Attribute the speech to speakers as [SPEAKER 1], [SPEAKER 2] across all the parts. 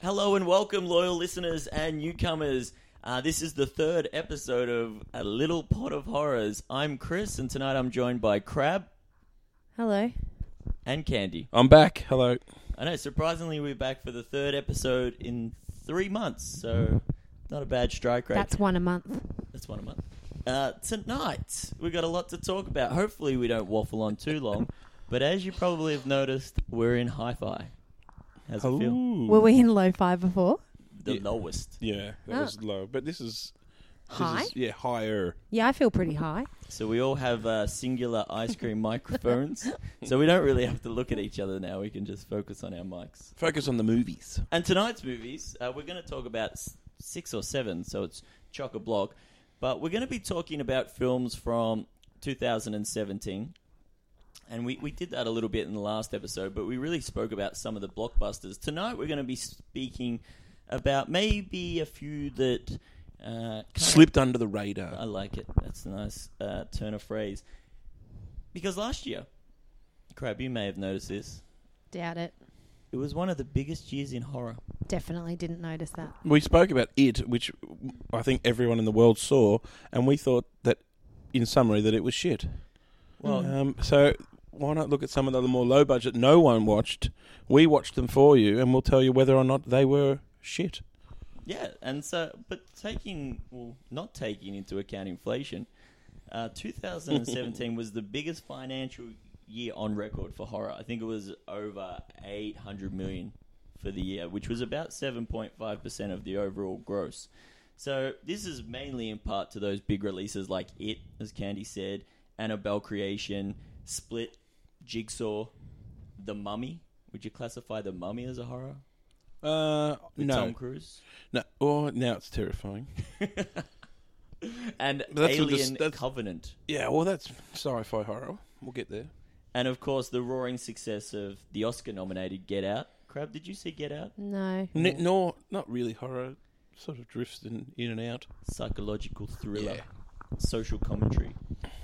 [SPEAKER 1] Hello and welcome, loyal listeners and newcomers. Uh, this is the third episode of A Little Pot of Horrors. I'm Chris, and tonight I'm joined by Crab
[SPEAKER 2] Hello.
[SPEAKER 1] and Candy.
[SPEAKER 3] I'm back. Hello.
[SPEAKER 1] I know, surprisingly, we're back for the third episode in three months, so not a bad strike rate.
[SPEAKER 2] That's one a month.
[SPEAKER 1] That's one a month. Uh, tonight, we've got a lot to talk about. Hopefully, we don't waffle on too long, but as you probably have noticed, we're in hi fi. How's it feel?
[SPEAKER 2] Were we in low five before?
[SPEAKER 1] The
[SPEAKER 3] Yeah.
[SPEAKER 1] lowest.
[SPEAKER 3] Yeah, that
[SPEAKER 2] Oh.
[SPEAKER 3] was low, but this is this
[SPEAKER 2] High?
[SPEAKER 3] Is, yeah, higher.
[SPEAKER 2] Yeah, I feel pretty high.
[SPEAKER 1] So we all have uh, singular ice cream microphones. so we don't really have to look at each other now. We can just focus on our mics.
[SPEAKER 3] Focus on the movies.
[SPEAKER 1] And tonight's movies, uh, we're going to talk about s- six or seven, so it's chock a block. But we're going to be talking about films from 2017. And we, we did that a little bit in the last episode, but we really spoke about some of the blockbusters. Tonight we're going to be speaking about maybe a few that uh, kinda-
[SPEAKER 3] Slipped under the
[SPEAKER 1] I
[SPEAKER 3] radar.
[SPEAKER 1] like it. That's a nice uh, turn of phrase. Because last year, Crab, you may have noticed this,
[SPEAKER 2] Doubt it.
[SPEAKER 1] it was one of the biggest years in horror.
[SPEAKER 2] Definitely didn't notice that.
[SPEAKER 3] We spoke about it, which I think everyone in the world saw, and we thought that, in summary, that it was shit.
[SPEAKER 1] Well,
[SPEAKER 3] Um, so why not look at some of the other more low budget no one watched? We watched them for you, and we'll tell you whether or not they were shit.
[SPEAKER 1] yeah, and so, but taking, well, not taking into account inflation, uh, 2017 was the biggest financial year on record for horror. I think it was over 800 million for the year, which was about 7.5% of the overall gross. So this is mainly in part to those big releases like It, as Candy said, Annabelle Creation, Split, Jigsaw, The Mummy. Would you classify The Mummy as a horror?
[SPEAKER 3] Uh,
[SPEAKER 1] With
[SPEAKER 3] no,
[SPEAKER 1] Tom Cruise.
[SPEAKER 3] no. Oh, now it's terrifying.
[SPEAKER 1] and
[SPEAKER 3] But that's what
[SPEAKER 1] Alien
[SPEAKER 3] this- that's-
[SPEAKER 1] Covenant.
[SPEAKER 3] Yeah, well, that's sci-fi horror. We'll get there.
[SPEAKER 1] And of course, the roaring success of the Oscar nominated Get Out. Crab, did you see Get Out?
[SPEAKER 2] No.
[SPEAKER 3] N- nor not really horror, sort of drifts in, in and out.
[SPEAKER 1] Psychological thriller,
[SPEAKER 3] Yeah.
[SPEAKER 1] social commentary,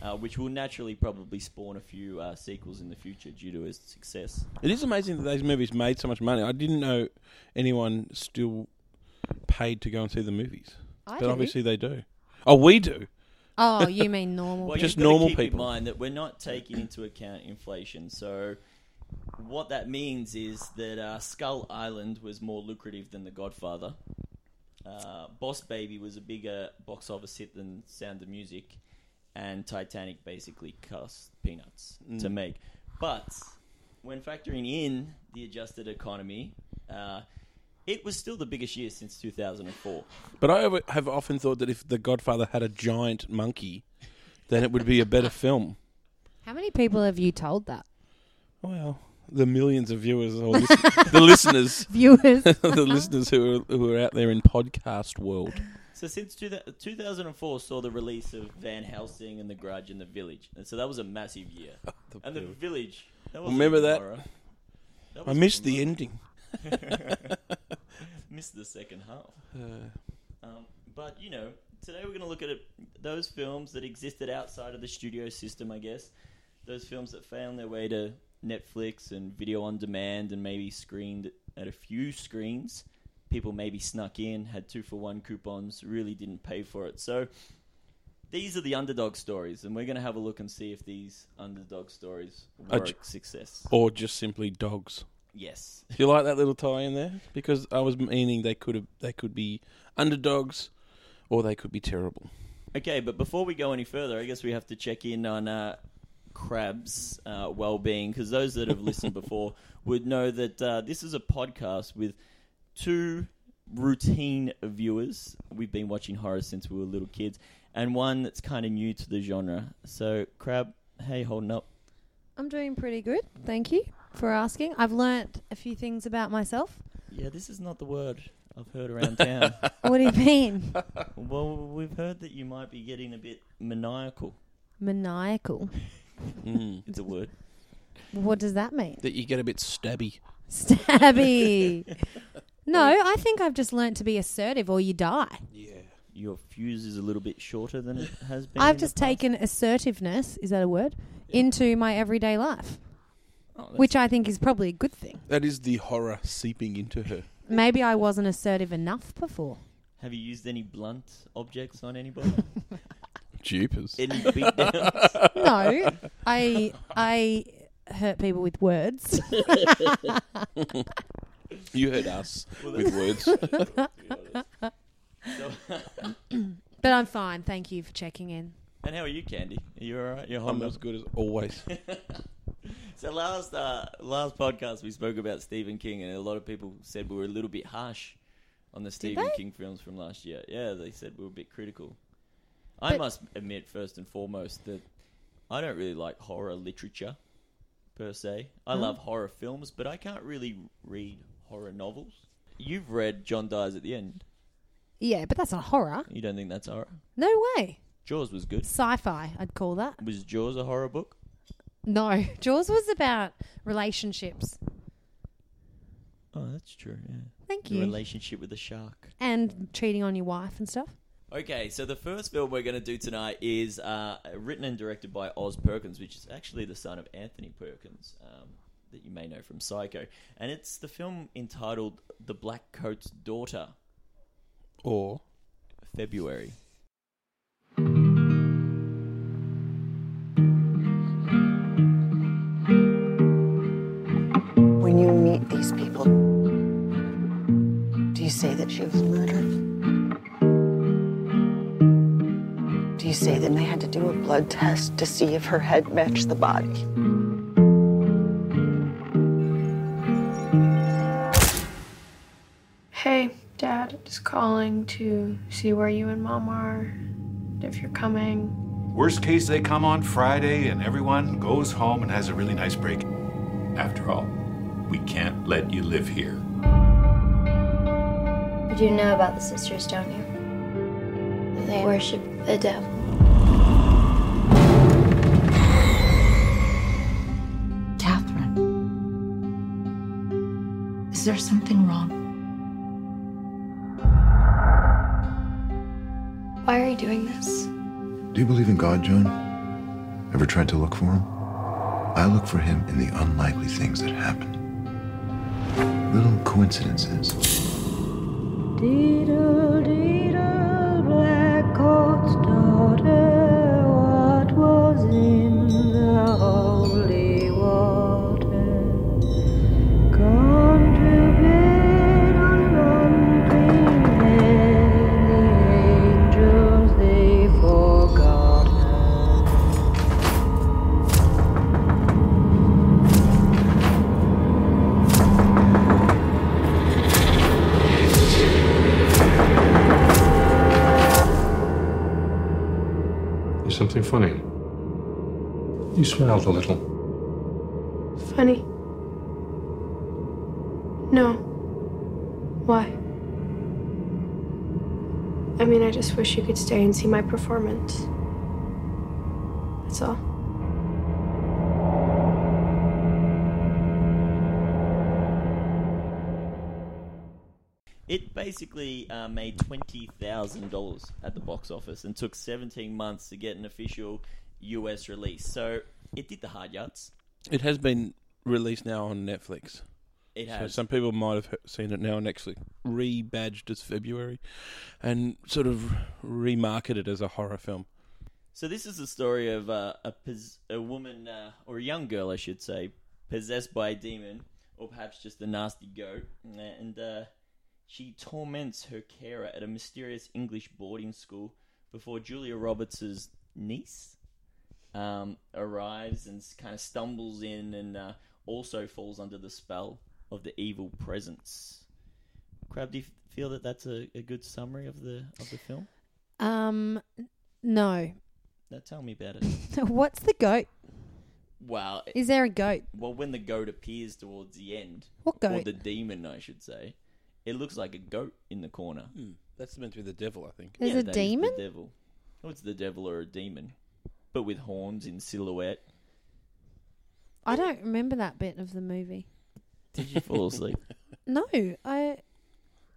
[SPEAKER 1] uh, which will naturally probably spawn a few uh, sequels in the future due to its success.
[SPEAKER 3] It is amazing that those movies made so much money. I didn't know anyone still paid to go and see the movies,
[SPEAKER 2] I
[SPEAKER 3] but
[SPEAKER 2] do.
[SPEAKER 3] obviously they do. Oh, we do.
[SPEAKER 2] Oh, you mean normal.
[SPEAKER 1] Well,
[SPEAKER 3] Just
[SPEAKER 1] you've got to
[SPEAKER 3] normal
[SPEAKER 1] keep
[SPEAKER 3] people.
[SPEAKER 1] in mind that we're not taking into account inflation. So, what that means is that uh, Skull Island was more lucrative than The Godfather. Uh, Boss Baby was a bigger box office hit than Sound of Music, and Titanic basically cost peanuts
[SPEAKER 3] Mm.
[SPEAKER 1] to make. But when factoring in the adjusted economy, uh, it was still the biggest year since 2004.
[SPEAKER 3] But I have- have often thought that if The Godfather had a giant monkey, then it would be a better film.
[SPEAKER 2] How many people have you told that?
[SPEAKER 3] Well, the millions of viewers or listen- the listeners,
[SPEAKER 2] Viewers.
[SPEAKER 3] the listeners who are, who are out there in podcast world.
[SPEAKER 1] So since two, 2004 saw the release of Van Helsing and The Grudge and The Village, and so that was a massive year. And The Village, that wasn't
[SPEAKER 3] Oh, Remember
[SPEAKER 1] even
[SPEAKER 3] that?
[SPEAKER 1] horror. That
[SPEAKER 3] I
[SPEAKER 1] was
[SPEAKER 3] missed
[SPEAKER 1] even
[SPEAKER 3] the ending.
[SPEAKER 1] more- missed the second half.
[SPEAKER 3] Uh,
[SPEAKER 1] Um, but you know, today we're going to look at it, those films that existed outside of the studio system, I guess. Those films that found their way to Netflix and video on demand, and maybe screened at a few screens. People maybe snuck in, had two for one coupons, really didn't pay for it. So these are the underdog stories, and we're going to have a look and see if these underdog stories
[SPEAKER 3] I
[SPEAKER 1] were
[SPEAKER 3] j-
[SPEAKER 1] a success.
[SPEAKER 3] or just simply dogs.
[SPEAKER 1] Yes.
[SPEAKER 3] Do you like that little tie in there? Because I was meaning they could have, they could be underdogs, or they could be terrible.
[SPEAKER 1] Okay, but before we go any further, I guess we have to check in on uh, Crab's uh, well being because those that have listened before would know that uh, this is a podcast with two routine viewers. We've been watching horror since we were little kids, and one that's kind of new to the genre. So, Crab, hey, holding up.
[SPEAKER 2] I'm doing pretty good. Thank you for asking. I've learnt a few things about myself.
[SPEAKER 1] Yeah, this is not the word I've heard around town.
[SPEAKER 2] What do you mean?
[SPEAKER 1] well, we've heard that you might be getting a bit maniacal.
[SPEAKER 2] Maniacal.
[SPEAKER 3] Mm.
[SPEAKER 1] It's a word.
[SPEAKER 2] What does that mean?
[SPEAKER 3] That you get a bit stabby.
[SPEAKER 2] Stabby. No, I think I've just learnt to be assertive or you die.
[SPEAKER 3] Yeah.
[SPEAKER 1] Your fuse is a little bit shorter than it has been. in
[SPEAKER 2] I've
[SPEAKER 1] the
[SPEAKER 2] just
[SPEAKER 1] past.
[SPEAKER 2] taken assertiveness, is that a word, into my everyday life,
[SPEAKER 1] Oh, that's
[SPEAKER 2] which I think is probably a good thing.
[SPEAKER 3] That is the horror seeping into her.
[SPEAKER 2] Maybe I wasn't assertive enough before.
[SPEAKER 1] Have you used any blunt objects on anybody?
[SPEAKER 3] Jeepers.
[SPEAKER 1] any beatdowns?
[SPEAKER 2] No, I I hurt people with words.
[SPEAKER 3] You heard us
[SPEAKER 1] Well,
[SPEAKER 3] with words.
[SPEAKER 1] So,
[SPEAKER 2] But I'm fine. Thank you for checking in.
[SPEAKER 1] and how are you, Candy? Are you all right? You're
[SPEAKER 3] I'm
[SPEAKER 1] holding
[SPEAKER 3] as
[SPEAKER 1] up.
[SPEAKER 3] good as always.
[SPEAKER 1] So last uh, last podcast we spoke about Stephen King, and a lot of people said we were a little bit harsh on the Stephen
[SPEAKER 2] they?
[SPEAKER 1] King films from last year. Yeah, they said we were a bit critical. I
[SPEAKER 2] But-
[SPEAKER 1] must admit, first and foremost, that I don't really like horror literature per se.
[SPEAKER 2] Mm-hmm.
[SPEAKER 1] I love horror films, but I can't really read horror novels. You've read John Dies at the End.
[SPEAKER 2] Yeah, but that's not horror.
[SPEAKER 1] You don't think that's horror?
[SPEAKER 2] No way.
[SPEAKER 1] Jaws was good.
[SPEAKER 2] Sci-fi, I'd call that.
[SPEAKER 1] Was Jaws a horror book?
[SPEAKER 2] No, Jaws was about relationships.
[SPEAKER 1] Oh, that's true. Yeah.
[SPEAKER 2] Thank
[SPEAKER 1] Your
[SPEAKER 2] you.
[SPEAKER 1] relationship with the shark.
[SPEAKER 2] And cheating on your wife and stuff.
[SPEAKER 1] Okay, so the first film we're going to do tonight is uh, written and directed by Oz Perkins, which is actually the son of Anthony Perkins, um, that you may know from Psycho. And it's the film entitled The Black Coat's Daughter,
[SPEAKER 3] Or
[SPEAKER 1] February.
[SPEAKER 4] When you meet these people, do you say that she was murdered? Do you say that they had to do a blood test to see if her head matched the body?
[SPEAKER 5] Hey, Dad is calling to see where you and Mom are, and if you're coming.
[SPEAKER 6] Worst case, they come on Friday and everyone goes home and has a really nice break.
[SPEAKER 7] After all, we can't let you live here.
[SPEAKER 8] You do know about the sisters, don't you? They worship the devil.
[SPEAKER 9] Catherine. Is there something wrong?
[SPEAKER 8] Why are you doing this?
[SPEAKER 10] Do you believe in God, Joan? Ever tried to look for him? I look for him in the unlikely things that happen. Little coincidences.
[SPEAKER 7] There's something funny. You smiled a little.
[SPEAKER 5] Funny. No. Why? I mean, I just wish you could stay and see my performance. That's all.
[SPEAKER 1] It basically uh, made twenty thousand dollars at the box office and took seventeen months to get an official US release. So it did the hard yards.
[SPEAKER 3] it has been released now on Netflix.
[SPEAKER 1] It
[SPEAKER 3] So
[SPEAKER 1] has
[SPEAKER 3] some people might have he- seen it now on Netflix, rebadged as February, and sort of remarketed as a horror film.
[SPEAKER 1] So this is the story of uh, a pos- a woman uh, or a young girl, I should say, possessed by a demon, or perhaps just a nasty goat, and uh, she torments her carer at a mysterious English boarding school before Julia Roberts' niece um, arrives and kind of stumbles in, and uh, also falls under the spell of the evil presence. Crab, do you f- feel that that's a, a good summary of the of the film?
[SPEAKER 2] Um, n- no.
[SPEAKER 1] Now tell me about it.
[SPEAKER 2] What's the goat?
[SPEAKER 1] Wow,
[SPEAKER 2] Is there a goat?
[SPEAKER 1] Well, when the goat appears towards the end,
[SPEAKER 2] What
[SPEAKER 1] or
[SPEAKER 2] goat?
[SPEAKER 1] the demon, I should say, it looks like a goat in the corner.
[SPEAKER 3] That's meant to be the devil, I think.
[SPEAKER 2] There's
[SPEAKER 1] Yeah,
[SPEAKER 2] a
[SPEAKER 1] that is
[SPEAKER 2] demon.
[SPEAKER 1] The devil. Oh, it's the devil or a demon, but with horns in silhouette.
[SPEAKER 2] I don't remember that bit of the movie.
[SPEAKER 1] Did you fall asleep?
[SPEAKER 2] No, I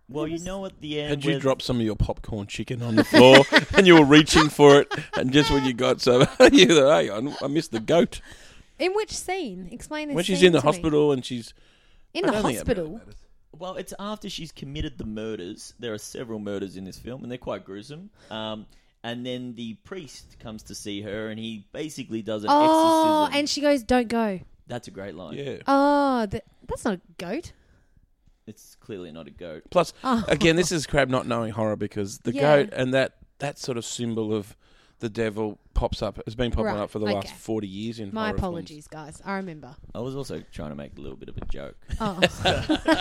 [SPEAKER 1] well, you know at the end.
[SPEAKER 3] Had you
[SPEAKER 1] where-
[SPEAKER 3] dropped some of your popcorn chicken on the floor and you were reaching for it, and just when you got so you were like, hang on, I missed the goat.
[SPEAKER 2] in which scene? Explain this.
[SPEAKER 3] When she's
[SPEAKER 2] scene
[SPEAKER 3] in the
[SPEAKER 2] to me.
[SPEAKER 3] hospital and she's
[SPEAKER 2] In
[SPEAKER 3] I
[SPEAKER 2] the
[SPEAKER 3] don't think it
[SPEAKER 2] hospital.
[SPEAKER 3] matters.
[SPEAKER 1] Well, it's after she's committed the murders. There are several murders in this film, and they're quite gruesome. Um, and then the priest comes to see her, and he basically does an
[SPEAKER 2] Oh,
[SPEAKER 1] exorcism.
[SPEAKER 2] and she goes, "Don't go."
[SPEAKER 1] That's a great line.
[SPEAKER 3] Yeah.
[SPEAKER 2] Oh, th- that's not a goat.
[SPEAKER 1] It's clearly not a goat.
[SPEAKER 3] Plus, again, this is crab not knowing horror because the
[SPEAKER 2] Yeah.
[SPEAKER 3] goat and that that sort of symbol of the devil pops up. It's been popping
[SPEAKER 2] Right,
[SPEAKER 3] up for the last
[SPEAKER 2] okay.
[SPEAKER 3] forty years in
[SPEAKER 2] My
[SPEAKER 3] horror films.
[SPEAKER 2] apologies, guys. I remember.
[SPEAKER 1] I was also trying to make a little bit of a joke.
[SPEAKER 2] Oh,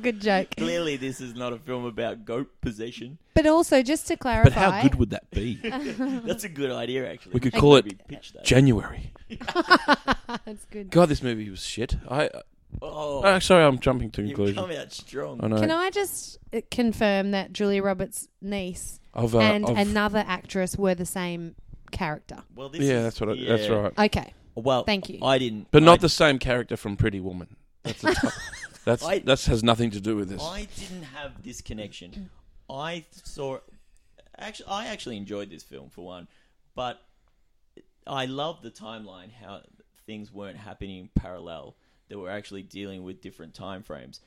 [SPEAKER 2] good joke.
[SPEAKER 1] Clearly, this is not a film about goat possession.
[SPEAKER 2] But also, just to clarify,
[SPEAKER 3] But how good would that be?
[SPEAKER 1] That's a good idea, actually.
[SPEAKER 3] We could call it
[SPEAKER 1] Maybe pitch that.
[SPEAKER 3] January.
[SPEAKER 2] that's good.
[SPEAKER 3] God, this movie was shit. I
[SPEAKER 1] oh,
[SPEAKER 3] oh, sorry, I'm jumping to
[SPEAKER 1] you've come
[SPEAKER 3] conclusion.
[SPEAKER 1] out strong.
[SPEAKER 3] I know.
[SPEAKER 2] Can I just uh, confirm that Julia Roberts' niece
[SPEAKER 3] Of, uh,
[SPEAKER 2] and
[SPEAKER 3] of-
[SPEAKER 2] another actress were the same character?
[SPEAKER 1] Well, this
[SPEAKER 3] yeah,
[SPEAKER 1] is-
[SPEAKER 3] that's what. I, That's
[SPEAKER 1] yeah.
[SPEAKER 3] right.
[SPEAKER 2] Okay.
[SPEAKER 1] Well,
[SPEAKER 2] Thank you.
[SPEAKER 1] I didn't,
[SPEAKER 3] But not
[SPEAKER 1] I,
[SPEAKER 3] the same character from Pretty Woman. That's a t- that's
[SPEAKER 1] I-
[SPEAKER 3] that has nothing to do with this.
[SPEAKER 1] I didn't have this connection. I saw. Actually, I actually enjoyed this film for one, but I love the timeline how things weren't happening in parallel. That we're actually dealing with different time frames.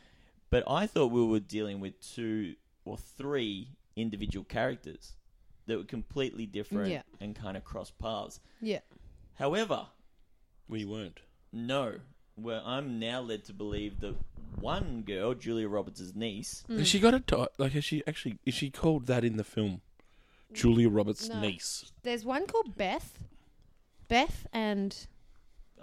[SPEAKER 1] But I thought we were dealing with two or three individual characters that were completely different
[SPEAKER 2] Yeah.
[SPEAKER 1] and kind of cross paths.
[SPEAKER 2] Yeah.
[SPEAKER 1] However,
[SPEAKER 3] we weren't.
[SPEAKER 1] no, where I'm now led to believe that one girl, Julia Roberts' niece,
[SPEAKER 2] Hmm.
[SPEAKER 3] Has she got a ti- like? Has she actually? Is she called that in the film? Julia Roberts'
[SPEAKER 2] No.
[SPEAKER 3] niece.
[SPEAKER 2] There's one called Beth. Beth and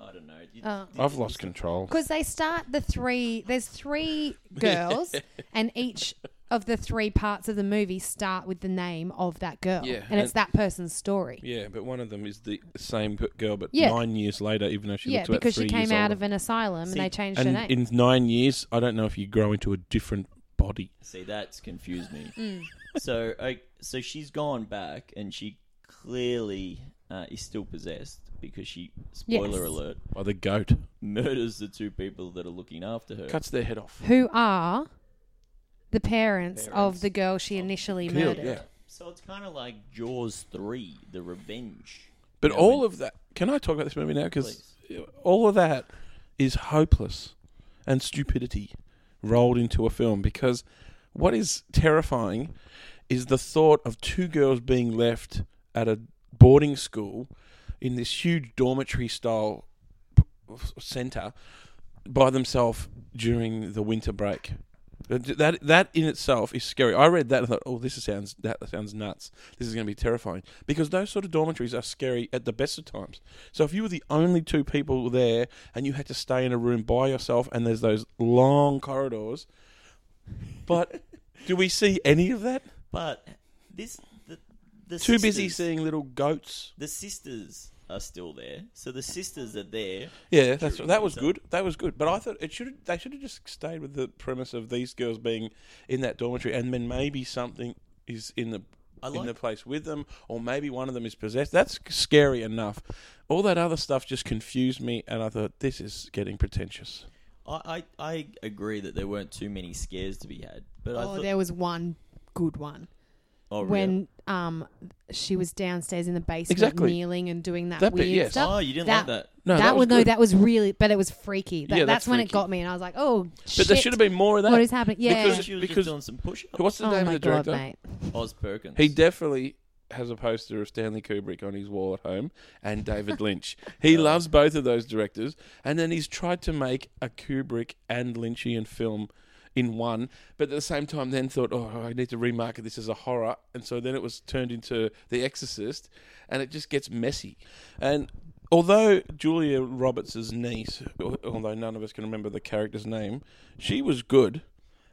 [SPEAKER 1] I don't know. You-
[SPEAKER 2] Oh.
[SPEAKER 3] I've lost control.
[SPEAKER 2] because they start the three. There's three girls, and each of the three parts of the movie start with the name of that girl,
[SPEAKER 3] Yeah,
[SPEAKER 2] and, it's
[SPEAKER 3] and-
[SPEAKER 2] that person's story.
[SPEAKER 3] Yeah, but one of them is the same p- girl, but
[SPEAKER 2] Yeah.
[SPEAKER 3] nine years later, even though she
[SPEAKER 2] yeah,
[SPEAKER 3] looks about
[SPEAKER 2] because she
[SPEAKER 3] three
[SPEAKER 2] came
[SPEAKER 3] years
[SPEAKER 2] out
[SPEAKER 3] older.
[SPEAKER 2] of an asylum and they changed her
[SPEAKER 3] and
[SPEAKER 2] name.
[SPEAKER 3] in nine years, I don't know if you grow into a different body.
[SPEAKER 1] See, that's confused me.
[SPEAKER 2] Mm.
[SPEAKER 1] So, I, so she's gone back, and she clearly uh, is still possessed because she, spoiler
[SPEAKER 2] Yes.
[SPEAKER 1] alert,
[SPEAKER 3] By the goat,
[SPEAKER 1] murders the two people that are looking after her.
[SPEAKER 3] cuts their head off.
[SPEAKER 2] who are the parents,
[SPEAKER 1] Parents
[SPEAKER 2] of the girl she initially
[SPEAKER 3] Killed,
[SPEAKER 2] murdered.
[SPEAKER 3] yeah.
[SPEAKER 1] So it's kind of like Jaws three, the revenge.
[SPEAKER 3] But
[SPEAKER 1] Yeah,
[SPEAKER 3] all
[SPEAKER 1] we-
[SPEAKER 3] of that. Can I talk about this movie now? Because all of that is hopeless and stupidity rolled into a film. Because what is terrifying is the thought of two girls being left at a boarding school in this huge dormitory style center by themselves during the winter break. That that- that in itself is scary. I read that and thought, oh, this sounds that sounds nuts. This is going to be terrifying because those sort of dormitories are scary at the best of times. So if you were the only two people there and you had to stay in a room by yourself and there's those long corridors, but do we see any of that?
[SPEAKER 1] But this, the, the
[SPEAKER 3] Too busy
[SPEAKER 1] sisters-
[SPEAKER 3] seeing little goats.
[SPEAKER 1] The sisters are still there, so the sisters are there.
[SPEAKER 3] Yeah, that's,
[SPEAKER 1] True.
[SPEAKER 3] that was
[SPEAKER 1] So-
[SPEAKER 3] good. That was good. But I thought it should they should have just stayed with the premise of these girls being in that dormitory, and then maybe something is in the
[SPEAKER 1] I
[SPEAKER 3] in
[SPEAKER 1] like-
[SPEAKER 3] the place with them, or maybe one of them is possessed. That's scary enough. All that other stuff just confused me, and I thought this is getting pretentious.
[SPEAKER 1] I, I, I agree that there weren't too many scares to be had, but I
[SPEAKER 2] Oh,
[SPEAKER 1] thought,
[SPEAKER 2] there was one good one
[SPEAKER 1] oh, really?
[SPEAKER 2] when um she was downstairs in the basement
[SPEAKER 3] Exactly.
[SPEAKER 2] kneeling and doing that,
[SPEAKER 3] That bit,
[SPEAKER 2] weird
[SPEAKER 3] yes.
[SPEAKER 2] stuff.
[SPEAKER 1] Oh, you didn't like that.
[SPEAKER 3] No,
[SPEAKER 2] that,
[SPEAKER 3] that was
[SPEAKER 2] was no,
[SPEAKER 3] good.
[SPEAKER 2] that was really, but it was freaky. That,
[SPEAKER 3] Yeah,
[SPEAKER 2] that's,
[SPEAKER 3] that's
[SPEAKER 2] when it
[SPEAKER 3] freaky.
[SPEAKER 2] got me, and I was like, oh,
[SPEAKER 3] But there should have been more of that.
[SPEAKER 2] What is happening? Yeah.
[SPEAKER 1] because
[SPEAKER 3] Because,
[SPEAKER 1] she was
[SPEAKER 3] because
[SPEAKER 1] just doing some push-ups.
[SPEAKER 3] what's the
[SPEAKER 2] oh
[SPEAKER 3] name
[SPEAKER 2] my
[SPEAKER 3] of the
[SPEAKER 2] god,
[SPEAKER 3] director?
[SPEAKER 2] mate.
[SPEAKER 1] Oz Perkins.
[SPEAKER 3] He definitely has a poster of Stanley Kubrick on his wall at home and David Lynch. He loves both of those directors, and then he's tried to make a Kubrick and Lynchian film in one, but at the same time, then thought, oh, I need to remarket this as a horror, and so then it was turned into The Exorcist, and it just gets messy. And although Julia Roberts' niece, al- although none of us can remember the character's name, she was good.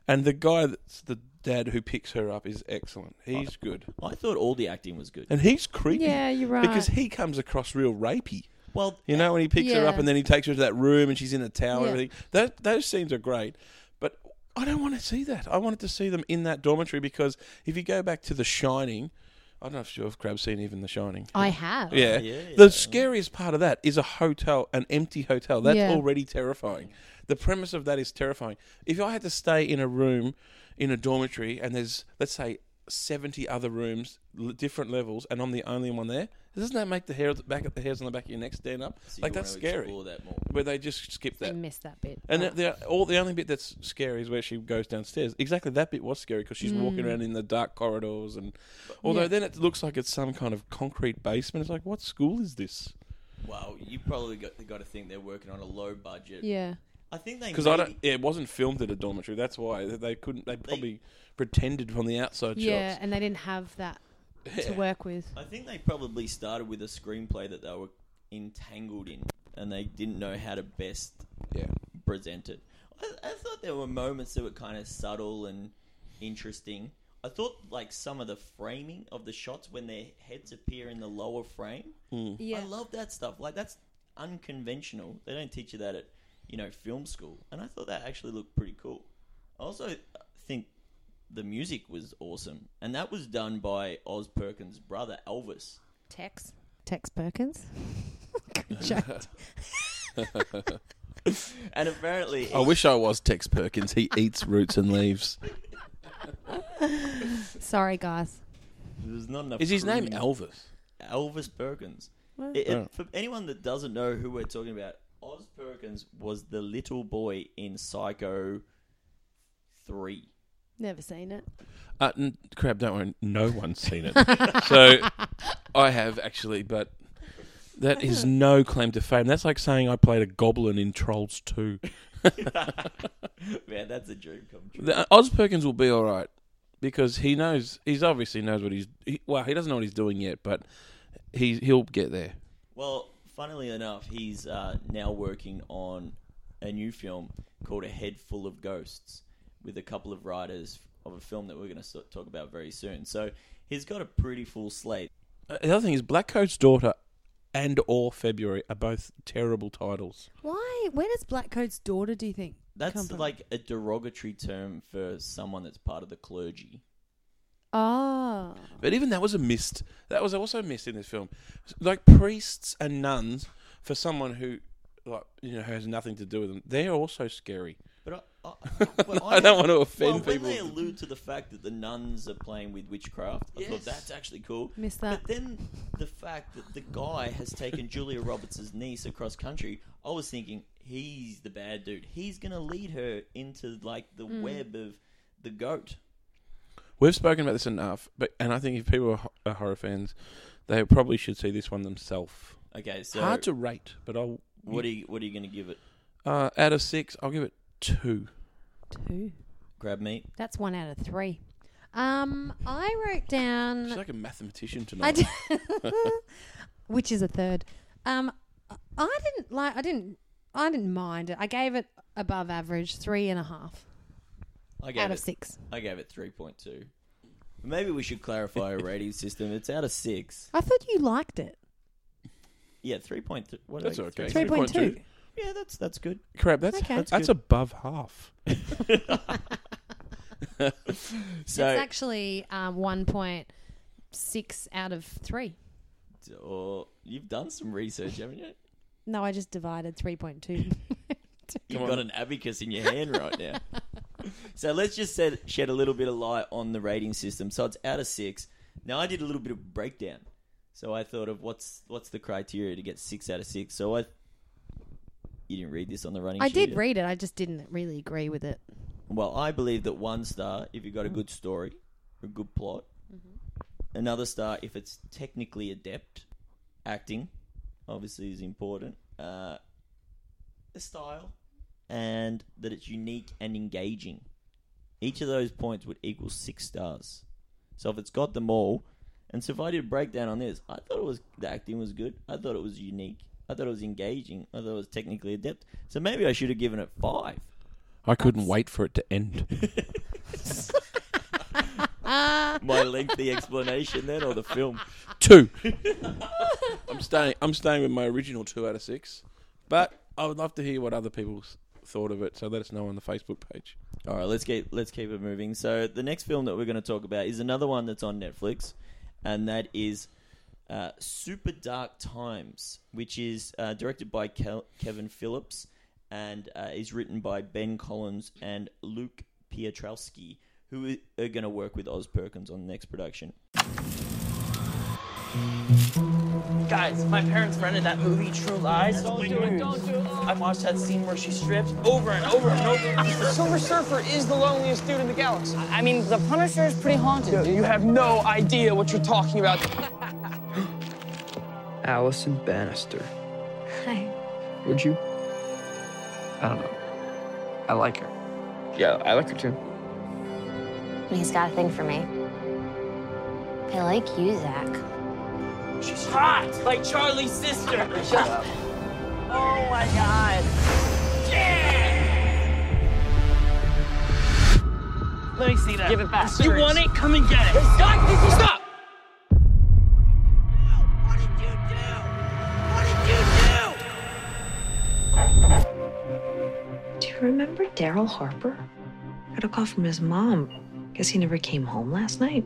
[SPEAKER 3] And the guy that's the dad who picks her up is excellent. He's good.
[SPEAKER 1] I thought all the acting was good.
[SPEAKER 3] And he's creepy.
[SPEAKER 2] Yeah, you're
[SPEAKER 3] Because
[SPEAKER 2] right.
[SPEAKER 3] he comes across real rapey.
[SPEAKER 1] Well,
[SPEAKER 3] You know, when he picks her up
[SPEAKER 2] Yeah.
[SPEAKER 3] and then he takes her to that room and she's in a
[SPEAKER 2] Yeah.
[SPEAKER 3] towel and everything. Those, those scenes are great. But I don't want to see that. I wanted to see them in that dormitory because if you go back to The Shining, I don't know if you've Crab seen even The Shining.
[SPEAKER 2] I have.
[SPEAKER 3] Yeah.
[SPEAKER 1] yeah, yeah.
[SPEAKER 3] The scariest part of that is a hotel, an empty hotel. That's
[SPEAKER 2] Yeah.
[SPEAKER 3] already terrifying. The premise of that is terrifying. If I had to stay in a room in a dormitory and there's, let's say, 70 other rooms, l- different levels, and I'm the only one there. Doesn't that make the hair at the back of the hairs on the back of your neck stand up?
[SPEAKER 1] So you
[SPEAKER 3] like
[SPEAKER 1] wanna
[SPEAKER 3] that's scary.
[SPEAKER 1] explore that more.
[SPEAKER 3] Where they just skip
[SPEAKER 2] I
[SPEAKER 3] that.
[SPEAKER 2] missed that bit.
[SPEAKER 3] And the, the, all the only bit that's scary is where she goes downstairs. Exactly that bit was scary because she's walking around in the dark corridors, and although
[SPEAKER 2] Yeah.
[SPEAKER 3] then it looks like it's some kind of concrete basement. It's like, what school is this?
[SPEAKER 1] Wow, you probably got got to think they're working on a low budget.
[SPEAKER 2] yeah.
[SPEAKER 1] I think they
[SPEAKER 3] Because I
[SPEAKER 1] maybe-
[SPEAKER 3] don't. Yeah, it wasn't filmed at a dormitory. That's why they- they couldn't. They probably pretended from the outside
[SPEAKER 2] Yeah,
[SPEAKER 3] shots.
[SPEAKER 2] and they didn't have that to work with.
[SPEAKER 1] I think they probably started with a screenplay that they were entangled in, and they didn't know how to best
[SPEAKER 3] Yeah.
[SPEAKER 1] present it. I, I thought there were moments that were kind of subtle and interesting. I thought like some of the framing of the shots when their heads appear in the lower frame.
[SPEAKER 3] Hmm.
[SPEAKER 2] Yeah.
[SPEAKER 1] I love that stuff. Like that's unconventional. They don't teach you that at you know film school, and I thought that actually looked pretty cool. I also think the music was awesome, and that was done by Oz Perkins' brother Elvis.
[SPEAKER 2] Tex. Tex Perkins. Good joke.
[SPEAKER 1] And apparently,
[SPEAKER 3] I wish I was Tex Perkins. He eats roots and leaves.
[SPEAKER 2] Sorry, guys.
[SPEAKER 1] there's not enough.
[SPEAKER 3] Is his name
[SPEAKER 1] crew.
[SPEAKER 3] Elvis?
[SPEAKER 1] Elvis Perkins. It- it- for anyone that doesn't know who we're talking about, Oz Perkins was the little boy in Psycho Three.
[SPEAKER 2] Never seen it.
[SPEAKER 3] Uh, n- crap, don't worry. No one's seen it. so I have actually, but that is no claim to fame. That's like saying I played a goblin in Trolls 2.
[SPEAKER 1] Man, that's a dream come true.
[SPEAKER 3] The, uh, Oz Perkins will be all right because he knows, he's obviously knows what he's, he, well, he doesn't know what he's doing yet, but he, he'll get there.
[SPEAKER 1] Well, funnily enough, he's uh, now working on a new film called A Head Full of Ghosts with a couple of writers of a film that we're going to talk about very soon. So he's got a pretty full slate.
[SPEAKER 3] Uh, the other thing is Blackcoat's Daughter and or February are both terrible titles.
[SPEAKER 2] Why? Where does Blackcoat's daughter, do you think?
[SPEAKER 1] That's
[SPEAKER 2] come from?
[SPEAKER 1] like a derogatory term for someone that's part of the clergy.
[SPEAKER 2] Oh.
[SPEAKER 3] But even that was a missed. That was also missed in this film. Like priests and nuns, for someone who, like you know, has nothing to do with them, they are also scary.
[SPEAKER 1] But I, I,
[SPEAKER 3] I don't want to offend
[SPEAKER 1] well,
[SPEAKER 3] people.
[SPEAKER 1] When they allude to the fact that the nuns are playing with witchcraft, I thought that's actually cool.
[SPEAKER 2] Missed that.
[SPEAKER 1] But then the fact that the guy has taken Julia Roberts' niece across country, I was thinking he's the bad dude. He's going to lead her into like the
[SPEAKER 2] Hmm.
[SPEAKER 1] web of the goat.
[SPEAKER 3] We've spoken about this enough, but and I think if people are, ho- are horror fans, they probably should see this one themselves.
[SPEAKER 1] Okay, so
[SPEAKER 3] Hard to rate, but I'll.
[SPEAKER 1] what are you what are you going to give it?
[SPEAKER 3] Uh, out of six, I'll give it two.
[SPEAKER 2] Two.
[SPEAKER 1] Grab meat.
[SPEAKER 2] That's one out of three. Um, I wrote down.
[SPEAKER 3] She's like a mathematician
[SPEAKER 2] I
[SPEAKER 3] tonight.
[SPEAKER 2] did, which is a third. Um, I didn't like. I didn't. I didn't mind it. I gave it above average, three and a half
[SPEAKER 1] I gave
[SPEAKER 2] out
[SPEAKER 1] it,
[SPEAKER 2] of six.
[SPEAKER 1] I gave it three point two. Maybe we should clarify our rating system. It's out of six.
[SPEAKER 2] I thought you liked it.
[SPEAKER 1] Yeah, three point two. What
[SPEAKER 3] That's
[SPEAKER 1] are they-
[SPEAKER 3] okay.
[SPEAKER 2] Three point two.
[SPEAKER 1] Yeah, that's that's good.
[SPEAKER 3] Crap, that's
[SPEAKER 2] Okay.
[SPEAKER 3] that's,
[SPEAKER 2] That's
[SPEAKER 3] that's
[SPEAKER 1] good.
[SPEAKER 3] above half.
[SPEAKER 1] So
[SPEAKER 2] it's actually um, one point six out of three.
[SPEAKER 1] or Oh, you've done some research, haven't you?
[SPEAKER 2] No, I just divided three point two.
[SPEAKER 1] You've got an abacus in your hand right now. so let's just set, shed a little bit of light on the rating system. So it's out of six. Now I did a little bit of breakdown. So I thought of what's what's the criteria to get six out of six. So I you didn't read this on the running.
[SPEAKER 2] I
[SPEAKER 1] sheet,
[SPEAKER 2] did
[SPEAKER 1] yeah?
[SPEAKER 2] read it. I just didn't really agree with it.
[SPEAKER 1] Well, I believe that one star if you've got a good story, a good plot. Another star if it's technically adept. Acting, obviously, is important. Uh, the style, and that it's unique and engaging. Each of those points would equal six stars. So if it's got them all, and so if I did a breakdown on this, I thought it was the acting was good. I thought it was unique. I thought it was engaging. I thought it was technically adept. So maybe I should have given it five.
[SPEAKER 3] I couldn't wait for it to end.
[SPEAKER 1] my lengthy explanation then or the film.
[SPEAKER 3] Two. I'm staying. I'm staying with my original two out of six, but I would love to hear what other people s- thought of it. So let us know on the Facebook page.
[SPEAKER 1] All right, let's get let's keep it moving. So the next film that we're going to talk about is another one that's on Netflix, and that is uh, Super Dark Times, which is uh, directed by Kel- Kevin Phillips and uh, is written by Ben Collins and Luke Pietrowski, who i- are going to work with Oz Perkins on the next production.
[SPEAKER 11] Guys, my parents rented that movie, True Lies. Don't do it. Don't do it. I watched that scene where she strips over and over and over. the Silver Surfer is the loneliest dude in the galaxy. I mean, the Punisher is pretty haunted. you have no idea what you're talking about.
[SPEAKER 12] Allison Bannister.
[SPEAKER 9] Hi.
[SPEAKER 12] Would you? I don't know. I like her. Yeah, I like her too.
[SPEAKER 8] He's got a thing for me. I like you, Zach.
[SPEAKER 11] She's hot, like Charlie's sister. Shut up. Oh my god. Yeah! Let me see that. Give it back. You want it? Come and get it. Stop! Stop!
[SPEAKER 9] Do you remember Daryl Harper? Got a call from his mom. Guess he never came home last night.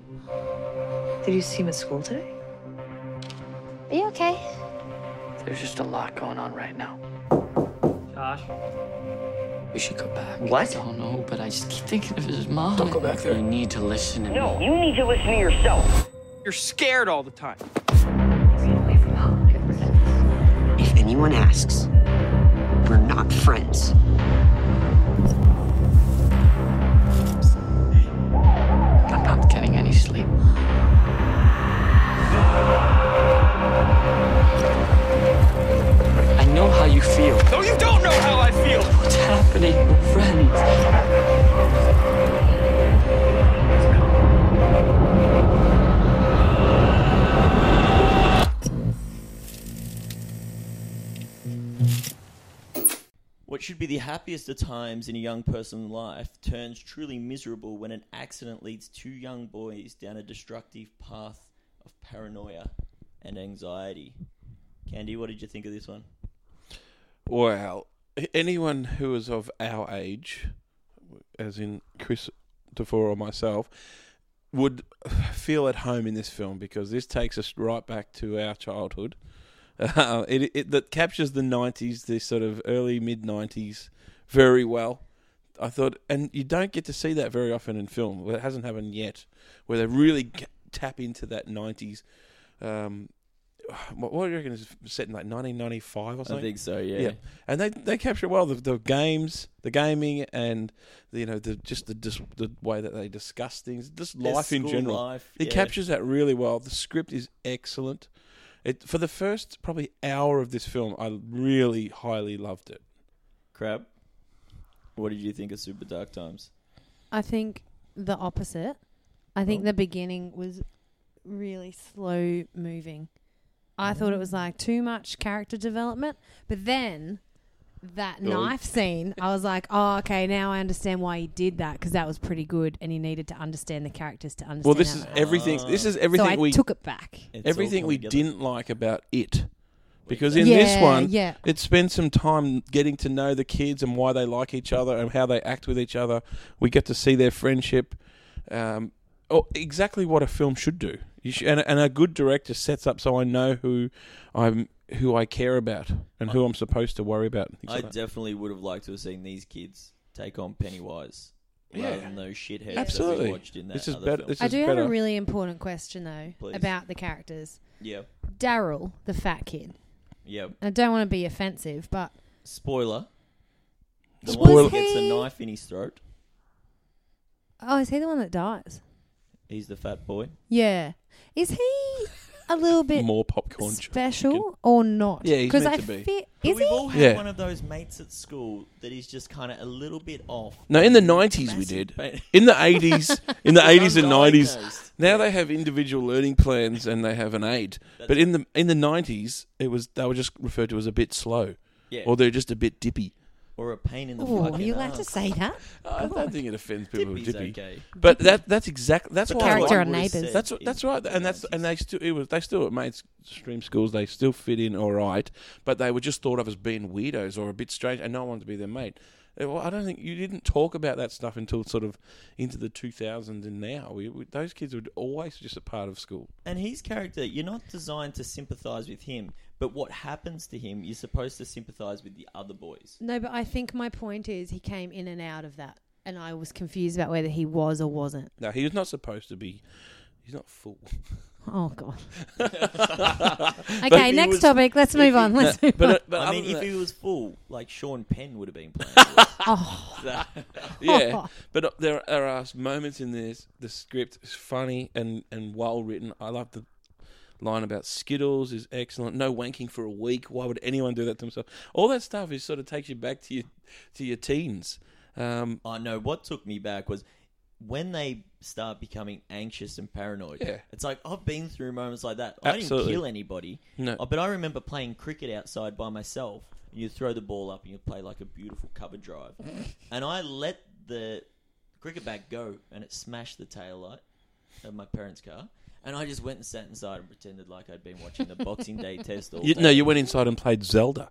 [SPEAKER 9] Did you see him at school today?
[SPEAKER 8] Are you okay?
[SPEAKER 12] There's just a lot going on right now.
[SPEAKER 11] Josh.
[SPEAKER 12] We should go back. What? I don't know, but I just keep thinking of his mom. Don't go back there. You need to listen to
[SPEAKER 11] No,
[SPEAKER 12] me.
[SPEAKER 11] you need to listen to yourself. You're scared all the time.
[SPEAKER 13] If anyone asks, we're not friends.
[SPEAKER 12] I'm not getting any sleep. I know how you feel.
[SPEAKER 11] No, you don't know how I feel.
[SPEAKER 12] What's happening? We're friends.
[SPEAKER 1] What should be the happiest of times in a young person's life turns truly miserable when an accident leads two young boys down a destructive path of paranoia and anxiety. Candy, what did you think of this one?
[SPEAKER 3] Well, anyone who is of our age, as in Chris DeFore or myself, would feel at home in this film because this takes us right back to our childhood. Uh, it, it that captures the '90s, the sort of early mid '90s, very well. I thought, and you don't get to see that very often in film. Well, it hasn't happened yet, where they really g- tap into that '90s. Um, what, what do you reckon is set in like 1995 or something?
[SPEAKER 1] think so, yeah.
[SPEAKER 3] and they they capture well the, the games, the gaming, and the, you know the just the dis- the way that they discuss things, just
[SPEAKER 1] Their
[SPEAKER 3] life in
[SPEAKER 1] school
[SPEAKER 3] general.
[SPEAKER 1] life,
[SPEAKER 3] it
[SPEAKER 1] yeah.
[SPEAKER 3] captures that really well. The script is excellent. It for the first probably hour of this film, I really highly loved it.
[SPEAKER 1] Crab, what did you think of Super Dark Times?
[SPEAKER 2] I think the opposite. I think the beginning was really slow moving. I thought it was like too much character development, but then that
[SPEAKER 14] Oh.
[SPEAKER 2] knife scene, I was like, "Oh, okay, now I understand why he did that because that was pretty good, and he needed to understand the characters to understand."
[SPEAKER 3] Well, this
[SPEAKER 2] how
[SPEAKER 3] is
[SPEAKER 2] that worked."
[SPEAKER 3] everything. This is everything
[SPEAKER 2] So I
[SPEAKER 3] we
[SPEAKER 2] took it back.
[SPEAKER 3] everything we didn't like about it, because in
[SPEAKER 2] Yeah,
[SPEAKER 3] this one,
[SPEAKER 2] yeah.
[SPEAKER 3] it spends some time getting to know the kids and why they like each other and how they act with each other. We get to see their friendship. Um, oh, exactly what a film should do. You sh- and, and a good director sets up so I know who I'm, who I care about, and who I'm supposed to worry about. and things
[SPEAKER 1] I
[SPEAKER 3] like that.
[SPEAKER 1] definitely would have liked to have seen these kids take on Pennywise
[SPEAKER 3] Yeah.
[SPEAKER 1] rather than those shitheads that
[SPEAKER 3] Absolutely.
[SPEAKER 1] we watched in that
[SPEAKER 3] This is
[SPEAKER 1] other
[SPEAKER 3] better-
[SPEAKER 1] film.
[SPEAKER 3] this
[SPEAKER 2] I
[SPEAKER 3] is
[SPEAKER 2] do have
[SPEAKER 3] better.
[SPEAKER 2] a really important question though
[SPEAKER 1] Please.
[SPEAKER 2] about the characters.
[SPEAKER 1] Yeah.
[SPEAKER 2] Daryl, the fat kid.
[SPEAKER 1] Yep.
[SPEAKER 2] I don't want to be offensive, but
[SPEAKER 1] Spoiler. The one
[SPEAKER 2] Spoiler.
[SPEAKER 1] who gets a
[SPEAKER 2] Hey.
[SPEAKER 1] knife in his throat.
[SPEAKER 2] oh, is he the one that dies?
[SPEAKER 1] He's the fat boy.
[SPEAKER 2] Yeah. Is he a little bit
[SPEAKER 1] More popcorn
[SPEAKER 2] special or not?
[SPEAKER 1] Yeah, he's
[SPEAKER 2] 'Cause
[SPEAKER 1] meant
[SPEAKER 2] I
[SPEAKER 1] to be.
[SPEAKER 2] fe-
[SPEAKER 1] But
[SPEAKER 2] is
[SPEAKER 1] we've
[SPEAKER 2] he?
[SPEAKER 1] all had
[SPEAKER 3] Yeah.
[SPEAKER 1] one of those mates at school that is just kind of a little bit off.
[SPEAKER 3] No, in the nineties we did. In the eighties, in the eighties and nineties.
[SPEAKER 1] Undiagnosed.
[SPEAKER 3] Now they have individual learning plans and they have an aid. But in the in the nineties, it was they were just referred to as a bit slow,
[SPEAKER 1] Yeah.
[SPEAKER 3] or they're just a bit dippy.
[SPEAKER 1] Or a pain in the
[SPEAKER 2] Oh,
[SPEAKER 1] fucking
[SPEAKER 2] you allowed to
[SPEAKER 1] ass.
[SPEAKER 2] say that?
[SPEAKER 3] I don't think it offends people.
[SPEAKER 1] Dippy's
[SPEAKER 3] dippy,
[SPEAKER 1] okay.
[SPEAKER 3] but that that's exactly that's
[SPEAKER 1] But
[SPEAKER 3] why
[SPEAKER 1] that's what
[SPEAKER 3] I
[SPEAKER 1] I would've said
[SPEAKER 3] That's
[SPEAKER 1] in
[SPEAKER 3] that's right, and that's and they still it was they still at mainstream schools they still fit in all right, but they were just thought of as being weirdos or a bit strange, and no one wanted to be their mate. Uh, Well, I don't think you didn't talk about that stuff until sort of into the 2000s and now. We, we, those kids were always just a part of school.
[SPEAKER 1] And his character, you're not designed to sympathize with him, but what happens to him, you're supposed to sympathize with the other boys.
[SPEAKER 2] No, but I think my point is he came in and out of that. and I was confused about whether he was or wasn't.
[SPEAKER 3] No, he was not supposed to be. He's not full.
[SPEAKER 2] Oh god. okay, next topic. Let's move on. Let's move on.
[SPEAKER 1] I mean, if he was full, like Sean Penn would have been playing. oh.
[SPEAKER 3] yeah, but uh, there there are moments in this. The script is funny and and well written. I love the line about Skittles is excellent. No wanking for a week. Why would anyone do that to themselves? All that stuff is sort of takes you back to your to your teens. Um,
[SPEAKER 1] I know what took me back was when they start becoming anxious and paranoid.
[SPEAKER 3] Yeah.
[SPEAKER 1] It's like I've been through moments like that. I
[SPEAKER 3] Absolutely.
[SPEAKER 1] didn't kill anybody.
[SPEAKER 3] No.
[SPEAKER 1] Oh, But I remember playing cricket outside by myself. And you throw the ball up and you play like a beautiful cover drive. and I let the cricket bat go and it smashed the tail light of my parents' car. And I just went and sat inside and pretended like I'd been watching the Boxing Day test all
[SPEAKER 3] You,
[SPEAKER 1] day.
[SPEAKER 3] no, you went inside and played Zelda.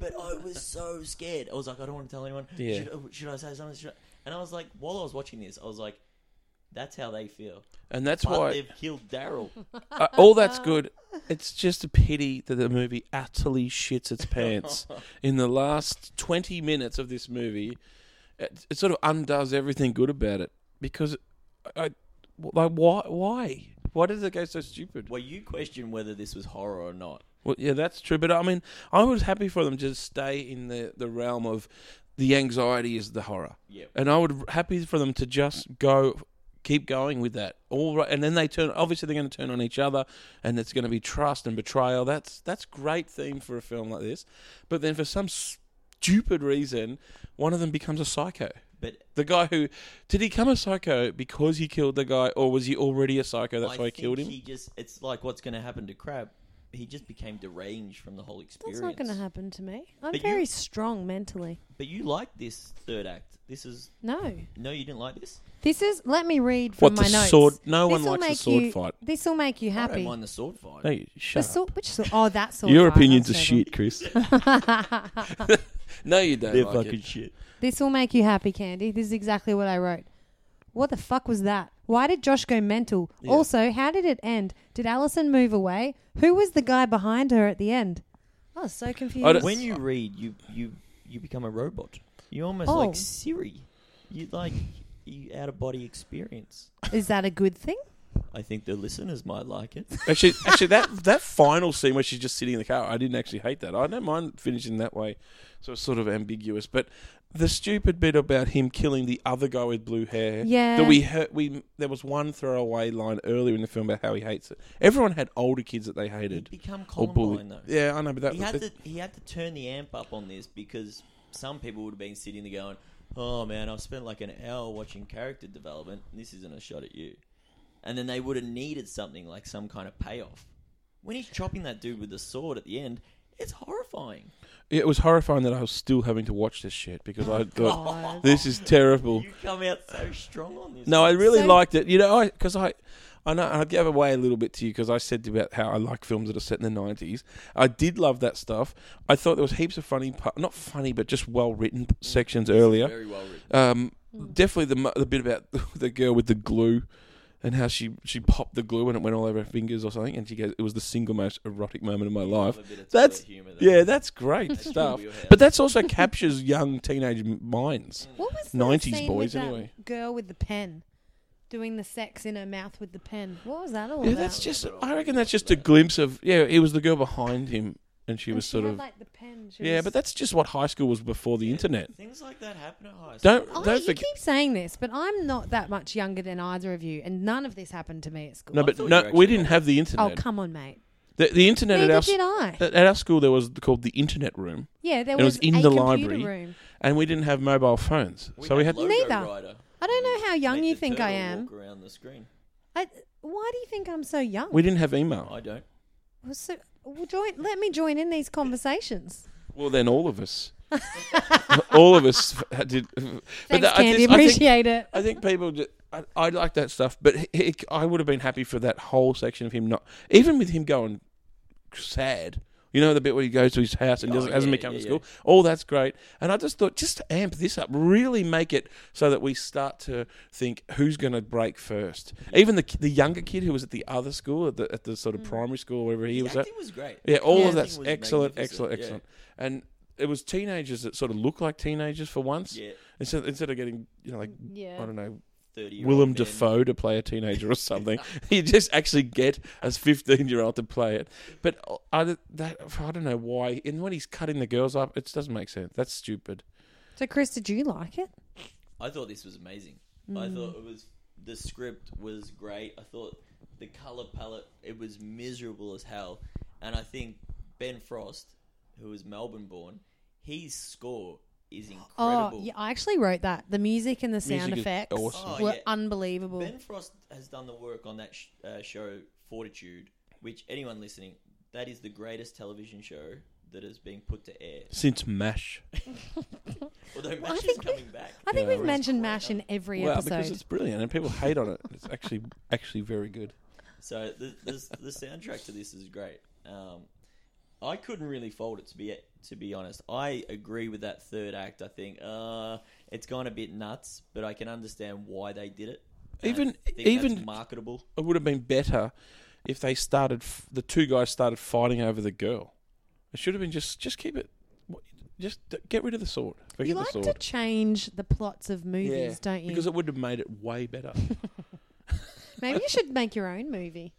[SPEAKER 1] But I was so scared. I was like, I don't want to tell anyone.
[SPEAKER 3] Yeah.
[SPEAKER 1] Should, I- should I say something? Should I? And I was like, while I was watching this, I was like, that's how they feel.
[SPEAKER 3] And that's
[SPEAKER 1] But
[SPEAKER 3] why-
[SPEAKER 1] they've killed Daryl.
[SPEAKER 3] Uh, all that's good. It's just a pity that the movie utterly shits its pants in the last 20 minutes of this movie. It, it sort of undoes everything good about it because I, I- like why why why does it go so stupid?
[SPEAKER 1] Well, you question whether this was horror or not.
[SPEAKER 3] Well, yeah, that's true. But I mean, I was happy for them to stay in the, the realm of the anxiety is the horror.
[SPEAKER 1] Yep.
[SPEAKER 3] And I would happy for them to just go, keep going with that. All right, and then they turn. Obviously, they're going to turn on each other, and it's going to be trust and betrayal. That's that's great theme for a film like this. But then for some stupid reason, one of them becomes a psycho.
[SPEAKER 1] But
[SPEAKER 3] the guy who did he become a psycho because he killed the guy, or was he already a psycho? That's
[SPEAKER 1] I
[SPEAKER 3] why he
[SPEAKER 1] think
[SPEAKER 3] killed him.
[SPEAKER 1] He just—it's like what's going to happen to Crab. He just became deranged from the whole experience.
[SPEAKER 2] That's not going to happen to me. I'm
[SPEAKER 1] But you-
[SPEAKER 2] very strong mentally.
[SPEAKER 1] But you like this third act. This is
[SPEAKER 2] No.
[SPEAKER 1] No, you didn't like this.
[SPEAKER 2] This is. Let me read from
[SPEAKER 3] What,
[SPEAKER 2] my
[SPEAKER 3] the
[SPEAKER 2] notes.
[SPEAKER 3] sword- no one
[SPEAKER 2] This'll
[SPEAKER 3] likes the
[SPEAKER 2] make
[SPEAKER 3] sword
[SPEAKER 2] you-
[SPEAKER 3] fight.
[SPEAKER 2] This will make you happy.
[SPEAKER 1] I don't mind the sword fight.
[SPEAKER 3] Hey,
[SPEAKER 2] The
[SPEAKER 3] shut up.
[SPEAKER 2] sword, which sword? Oh, that sword.
[SPEAKER 3] Your
[SPEAKER 2] fight,
[SPEAKER 3] opinions are
[SPEAKER 2] that's
[SPEAKER 3] shit, Chris.
[SPEAKER 2] terrible.
[SPEAKER 3] no, you don't.
[SPEAKER 1] They're
[SPEAKER 3] like
[SPEAKER 1] fucking
[SPEAKER 3] it.
[SPEAKER 1] shit.
[SPEAKER 2] This will make you happy, Candy. This is exactly what I wrote. What the fuck was that? Why did Josh go mental? Also, how did it end? Did Allison move away? Who was the guy behind her at the end? I was so confused.
[SPEAKER 1] When you read, you you you become a robot. You almost
[SPEAKER 2] Oh.
[SPEAKER 1] like Siri. You like you out of body experience.
[SPEAKER 2] Is that a good thing?
[SPEAKER 1] I think the listeners might like it.
[SPEAKER 3] Actually, actually, that that final scene where she's just sitting in the car, I didn't actually hate that. I don't mind finishing that way, so it's sort of ambiguous. But the stupid bit about him killing the other guy with blue hair,
[SPEAKER 2] Yeah.
[SPEAKER 3] that we heard, we there was one throwaway line earlier in the film about how he hates it. Everyone had older kids that they hated.
[SPEAKER 1] become
[SPEAKER 3] or bullied.
[SPEAKER 1] Columbine though.
[SPEAKER 3] Yeah, I know, but that
[SPEAKER 1] he had to he had to turn the amp up on this because some people would have been sitting there going, "Oh man, I've spent like an hour watching character development. and This isn't a shot at you." And then they would have needed something like some kind of payoff. When he's chopping that dude with the sword at the end, it's horrifying.
[SPEAKER 3] it was horrifying that I was still having to watch this shit because I thought
[SPEAKER 1] Oh God.
[SPEAKER 3] this is terrible.
[SPEAKER 1] You come out so strong on this.
[SPEAKER 3] No, I really
[SPEAKER 1] So-
[SPEAKER 3] liked it. You know, because I, I, know I gave away a little bit to you because I said about how I like films that are set in the nineties. I did love that stuff. I thought there was heaps of funny, pa- not funny, but just well written sections earlier.
[SPEAKER 1] Mm. very well written.
[SPEAKER 3] Um, definitely the mo- the bit about the girl with the glue. And how she, she popped the glue and it went all over her fingers or something, and she goes, "It was the single most erotic moment of my life." That's yeah, that's great
[SPEAKER 1] That's your
[SPEAKER 3] stuff.
[SPEAKER 1] wheelhouse.
[SPEAKER 3] But that's also captures young teenage m- minds.
[SPEAKER 2] What was that
[SPEAKER 3] nineties
[SPEAKER 2] scene
[SPEAKER 3] boys
[SPEAKER 2] with that
[SPEAKER 3] anyway?
[SPEAKER 2] Girl with the pen, doing the sex in her mouth with the pen. What was that all
[SPEAKER 3] Yeah,
[SPEAKER 2] about?
[SPEAKER 3] that's just. I reckon that's just a glimpse of. Yeah, it was the girl behind him, and she was
[SPEAKER 2] she
[SPEAKER 3] sort
[SPEAKER 2] had,
[SPEAKER 3] of.
[SPEAKER 2] like, the pen. She
[SPEAKER 3] Yeah,
[SPEAKER 2] was-
[SPEAKER 3] but that's just what high school was before the internet.
[SPEAKER 1] Things like that happen at high school.
[SPEAKER 3] Don't
[SPEAKER 2] Oh,
[SPEAKER 3] don't
[SPEAKER 2] you
[SPEAKER 3] forget.
[SPEAKER 2] keep saying this, but I'm not that much younger than either of you, and none of this happened to me at school.
[SPEAKER 3] No, but no, we didn't have the internet.
[SPEAKER 2] Oh, come on, mate.
[SPEAKER 3] The, the internet at
[SPEAKER 2] Neither
[SPEAKER 3] our s-
[SPEAKER 2] did I.
[SPEAKER 3] At, at our school there was called the internet room.
[SPEAKER 2] Yeah, there
[SPEAKER 3] and
[SPEAKER 2] was
[SPEAKER 3] it was in
[SPEAKER 2] a
[SPEAKER 3] the
[SPEAKER 2] computer
[SPEAKER 3] library,
[SPEAKER 2] room.
[SPEAKER 3] and we didn't have mobile phones,
[SPEAKER 1] Oh,
[SPEAKER 3] so we had
[SPEAKER 2] Neither. I don't know how young you think I am.
[SPEAKER 1] Walk around the screen.
[SPEAKER 2] I, why do you think I'm so young?
[SPEAKER 3] we didn't have email.
[SPEAKER 1] I don't.
[SPEAKER 2] Well, so, well, join, let me join in these conversations.
[SPEAKER 3] Well, then all of us, all of us f- did.
[SPEAKER 2] Thanks,
[SPEAKER 3] that-
[SPEAKER 2] Candy,
[SPEAKER 3] just-
[SPEAKER 2] appreciate
[SPEAKER 3] think,
[SPEAKER 2] it.
[SPEAKER 3] I think people. Just, I, I like that stuff, but he, he- I would have been happy for that whole section of him not, even with him going sad. You know the bit where he goes to his house and
[SPEAKER 1] Oh,
[SPEAKER 3] doesn't, hasn't
[SPEAKER 1] yeah,
[SPEAKER 3] been coming
[SPEAKER 1] yeah,
[SPEAKER 3] to school. All that's great, and I just thought, just amp this up, really make it so that we start to think who's going to break first. Even the ki- the younger kid who was at the other school, at the, at the sort of primary school, wherever he was at,
[SPEAKER 1] Mm. acting was great.
[SPEAKER 3] Yeah, all
[SPEAKER 1] Yeah.
[SPEAKER 3] of
[SPEAKER 1] Acting
[SPEAKER 3] that's
[SPEAKER 1] was
[SPEAKER 3] excellent,
[SPEAKER 1] magnificent,
[SPEAKER 3] excellent,
[SPEAKER 1] yeah.
[SPEAKER 3] excellent. And it was teenagers that sort of look like teenagers for once.
[SPEAKER 1] Yeah.
[SPEAKER 3] Instead, instead of getting you know like
[SPEAKER 1] Yeah.
[SPEAKER 3] I don't know.
[SPEAKER 1] 30-year-old
[SPEAKER 3] Willem
[SPEAKER 1] Ben.
[SPEAKER 3] Dafoe to play a teenager or something. you just actually get a fifteen-year-old to play it. But I, that I don't know why. And when he's cutting the girls up, it doesn't make sense. That's stupid.
[SPEAKER 2] So, Chris, did you like it?
[SPEAKER 1] I thought this was amazing. I
[SPEAKER 2] Mm.
[SPEAKER 1] thought it was the script was great. I thought the color palette it was miserable as hell, and I think Ben Frost, who is Melbourne born, his score is incredible.
[SPEAKER 2] Oh, yeah, I actually wrote that. The music and the sound
[SPEAKER 1] Music is
[SPEAKER 2] effects
[SPEAKER 1] awesome. Oh,
[SPEAKER 2] were
[SPEAKER 1] yeah.
[SPEAKER 2] unbelievable.
[SPEAKER 1] Ben Frost has done the work on that sh- uh, show Fortitude, which anyone listening, that is the greatest television show that is being put to air
[SPEAKER 3] Since Mash.
[SPEAKER 1] Although
[SPEAKER 2] Well, I
[SPEAKER 1] Mash is
[SPEAKER 2] think we-
[SPEAKER 1] coming back.
[SPEAKER 2] I think
[SPEAKER 3] Yeah.
[SPEAKER 2] we've mentioned MASH in every
[SPEAKER 3] well,
[SPEAKER 2] episode.
[SPEAKER 3] because it's brilliant and people hate on it. It's actually actually very good.
[SPEAKER 1] So the, the the soundtrack to this is great. Um, I couldn't really fault it to be to be honest. I agree with that third act. I think uh, it's gone a bit nuts, but I can understand why they did it. And I
[SPEAKER 3] even
[SPEAKER 1] think that's
[SPEAKER 3] even
[SPEAKER 1] marketable.
[SPEAKER 3] It would have been better if they started f- the two guys started fighting over the girl. It should have been just just keep it. what- Just d- get rid of the sword. Forget
[SPEAKER 2] you
[SPEAKER 3] the
[SPEAKER 2] like
[SPEAKER 3] sword.
[SPEAKER 2] to change the plots of movies, don't you?
[SPEAKER 3] Because it would have made it way better.
[SPEAKER 2] Maybe you should make your own movie.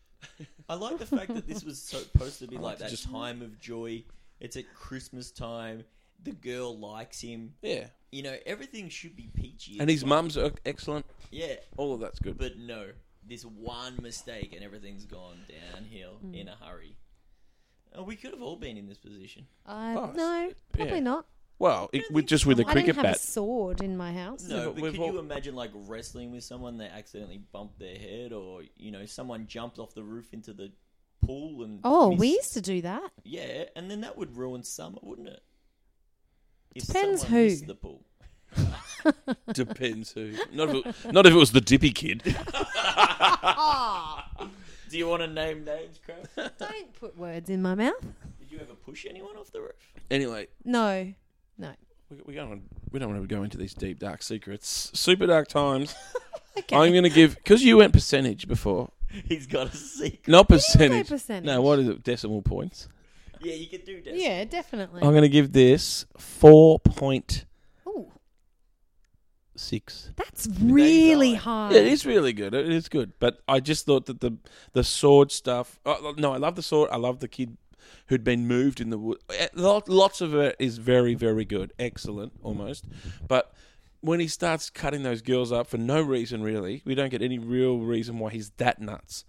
[SPEAKER 1] I like the fact that this was supposed to be
[SPEAKER 2] I
[SPEAKER 1] like
[SPEAKER 2] like to
[SPEAKER 1] that
[SPEAKER 2] just-
[SPEAKER 1] time of joy. It's at Christmas time. The girl likes him.
[SPEAKER 3] Yeah.
[SPEAKER 1] You know, everything should be peachy.
[SPEAKER 3] and his
[SPEAKER 1] mum.
[SPEAKER 3] mum's e- excellent.
[SPEAKER 1] Yeah.
[SPEAKER 3] All of that's good.
[SPEAKER 1] But no, this one mistake and everything's gone downhill
[SPEAKER 2] Hmm.
[SPEAKER 1] in a hurry. And we could have all been in this position.
[SPEAKER 2] Uh,
[SPEAKER 1] Oh,
[SPEAKER 2] no, probably
[SPEAKER 1] yeah.
[SPEAKER 2] not.
[SPEAKER 3] Well, it, with, just with a
[SPEAKER 2] I didn't
[SPEAKER 3] cricket
[SPEAKER 2] have
[SPEAKER 3] bat.
[SPEAKER 2] a sword in my house.
[SPEAKER 1] No, but, could you imagine like wrestling with someone they accidentally bumped their head or, you know, someone jumped off the roof into the pool and
[SPEAKER 2] Oh,
[SPEAKER 1] missed-
[SPEAKER 2] we used to do that.
[SPEAKER 1] Yeah, and then that would ruin summer, wouldn't it? If
[SPEAKER 2] Depends
[SPEAKER 1] someone
[SPEAKER 2] who.
[SPEAKER 1] missed the pool.
[SPEAKER 3] Depends who. Not if, it, not if it was the Dippy Kid.
[SPEAKER 1] Do you want to name names, Crab?
[SPEAKER 2] Don't put words in my mouth.
[SPEAKER 1] Did you ever push anyone off the roof?
[SPEAKER 3] anyway,
[SPEAKER 2] No, no.
[SPEAKER 3] we, we don't want we don't want to go into these deep dark secrets. Super dark times. I'm going to give because you went percentage before.
[SPEAKER 1] He's got a secret.
[SPEAKER 3] Not percentage.
[SPEAKER 2] percentage.
[SPEAKER 3] No, what is it? Decimal points.
[SPEAKER 1] Yeah, you could do that.
[SPEAKER 2] Yeah, definitely.
[SPEAKER 3] I'm going to give this four point
[SPEAKER 2] Ooh.
[SPEAKER 3] six.
[SPEAKER 2] That's really high.
[SPEAKER 3] It is really good. It is good, but I just thought that the the sword stuff. Oh, no, I love the sword. I love the kid who'd been moved in the wood. Eh, lot- Lots of it is very, very good, excellent almost. But when he starts cutting those girls up for no reason, really, we don't get any real reason why he's that nuts.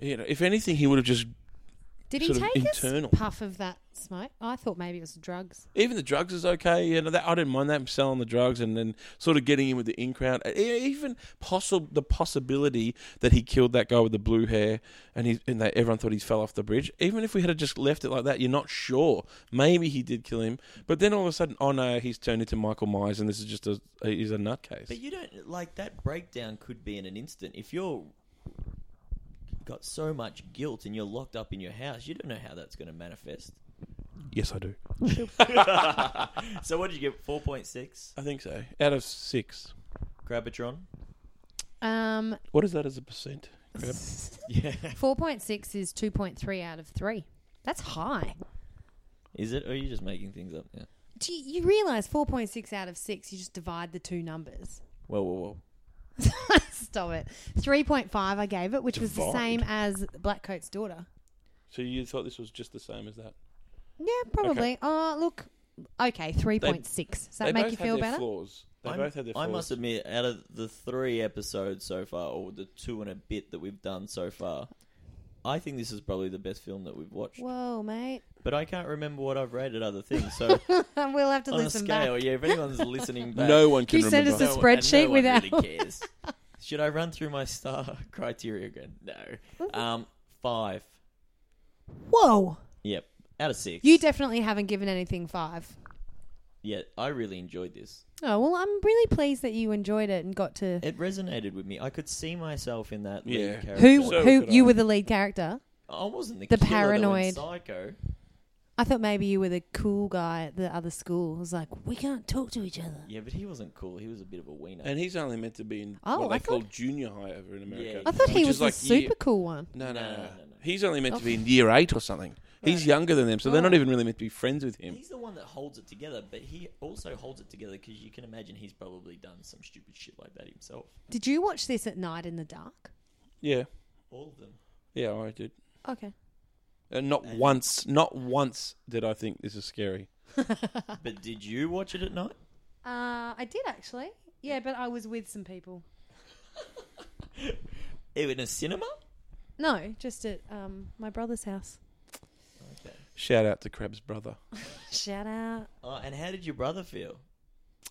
[SPEAKER 3] You know, if anything, he would have just
[SPEAKER 2] Did he
[SPEAKER 3] sort of
[SPEAKER 2] take
[SPEAKER 3] internal.
[SPEAKER 2] a puff of that smoke? I thought maybe it was drugs.
[SPEAKER 3] Even the drugs is okay. You know, that, I didn't mind that him selling the drugs and then sort of getting in with the in crowd. E- Even possible the possibility that he killed that guy with the blue hair and he and that everyone thought he fell off the bridge. Even if we had just left it like that, you're not sure. Maybe he did kill him, but then all of a sudden, oh no, he's turned into Michael Myers and this is just a he's a nutcase.
[SPEAKER 1] But you don't like that breakdown could be in an instant. If you're got so much guilt and you're locked up in your house, you don't know how that's going to manifest.
[SPEAKER 3] Yes, I do.
[SPEAKER 1] so what did you get? Four point six.
[SPEAKER 3] I think so. Out of six,
[SPEAKER 1] Grabatron.
[SPEAKER 2] Um,
[SPEAKER 3] what is that as a percent? Crap.
[SPEAKER 1] yeah.
[SPEAKER 2] 4.6 is 2.3 out of 3. That's high.
[SPEAKER 1] Is it? Or are you just making things up? Yeah.
[SPEAKER 2] Do you, you realize 4.6 out of 6, you just divide the two numbers.
[SPEAKER 1] Well, well, well.
[SPEAKER 2] Stop it. 3.5 I gave it, which was the
[SPEAKER 3] Divide.
[SPEAKER 2] same as Blackcoat's daughter.
[SPEAKER 3] So you thought this was just the same as that?
[SPEAKER 2] Yeah, probably. Oh, look. Okay, 3.6. Does
[SPEAKER 3] they
[SPEAKER 2] that make
[SPEAKER 3] both
[SPEAKER 2] you
[SPEAKER 3] had
[SPEAKER 2] feel
[SPEAKER 3] their
[SPEAKER 2] better?
[SPEAKER 3] flaws. They
[SPEAKER 1] I'm-
[SPEAKER 3] both had their
[SPEAKER 1] I
[SPEAKER 3] flaws.
[SPEAKER 1] must admit, out of the three episodes so far, or the two and a bit that we've done so far, I think this is probably the best film that we've watched.
[SPEAKER 2] Whoa, mate.
[SPEAKER 1] But I can't remember what I've rated other things, so
[SPEAKER 2] we'll have to
[SPEAKER 1] on
[SPEAKER 2] listen
[SPEAKER 1] a scale,
[SPEAKER 2] back.
[SPEAKER 1] yeah. If anyone's listening, back,
[SPEAKER 3] No one
[SPEAKER 2] Can
[SPEAKER 3] can
[SPEAKER 2] you send us
[SPEAKER 3] remember.
[SPEAKER 2] a spreadsheet
[SPEAKER 1] no one
[SPEAKER 2] without-
[SPEAKER 1] Really cares. Should I run through my star criteria again? No.
[SPEAKER 2] Mm-hmm.
[SPEAKER 1] Um, five.
[SPEAKER 2] Whoa.
[SPEAKER 1] Yep, out of six.
[SPEAKER 2] You definitely haven't given anything 5.
[SPEAKER 1] yeah, I really enjoyed this.
[SPEAKER 2] Oh, well, I'm really pleased that you enjoyed it and got to
[SPEAKER 1] It resonated with me. I could see myself in that.
[SPEAKER 3] Yeah.
[SPEAKER 1] Lead character.
[SPEAKER 2] Who who you were the lead character?
[SPEAKER 1] I wasn't the,
[SPEAKER 2] the
[SPEAKER 1] killer, though, in
[SPEAKER 2] paranoid.
[SPEAKER 1] psycho.
[SPEAKER 2] I thought maybe you were the cool guy at the other school. I was like, we can't talk to each other.
[SPEAKER 1] Yeah, but he wasn't cool. He was a bit of a wiener.
[SPEAKER 3] And he's only meant to be in
[SPEAKER 2] Oh,
[SPEAKER 3] what they
[SPEAKER 2] I
[SPEAKER 3] call junior high over in America.
[SPEAKER 1] I
[SPEAKER 2] thought he
[SPEAKER 3] which
[SPEAKER 2] was
[SPEAKER 3] is
[SPEAKER 2] the
[SPEAKER 3] like
[SPEAKER 2] super
[SPEAKER 3] year-
[SPEAKER 2] cool one.
[SPEAKER 3] No, no, no, no,
[SPEAKER 1] no.
[SPEAKER 3] He's only meant to
[SPEAKER 2] Oh.
[SPEAKER 3] be in year eight or something. He's younger than them, so they're not even really meant to be friends with him.
[SPEAKER 1] He's the one that holds it together, but he also holds it together because you can imagine he's probably done some stupid shit like that himself.
[SPEAKER 2] Did you watch this at night in the dark?
[SPEAKER 3] Yeah,
[SPEAKER 1] All of them.
[SPEAKER 3] yeah, I did.
[SPEAKER 2] Okay.
[SPEAKER 3] And Uh, not once, not once did I think this is scary.
[SPEAKER 1] but did you watch it at night?
[SPEAKER 2] Uh, I did actually. Yeah, but I was with some people.
[SPEAKER 1] Ew, in a cinema?
[SPEAKER 2] No, just at um, my brother's house.
[SPEAKER 3] Shout out to Crab's brother.
[SPEAKER 2] Shout out.
[SPEAKER 1] Oh, and how did your brother feel?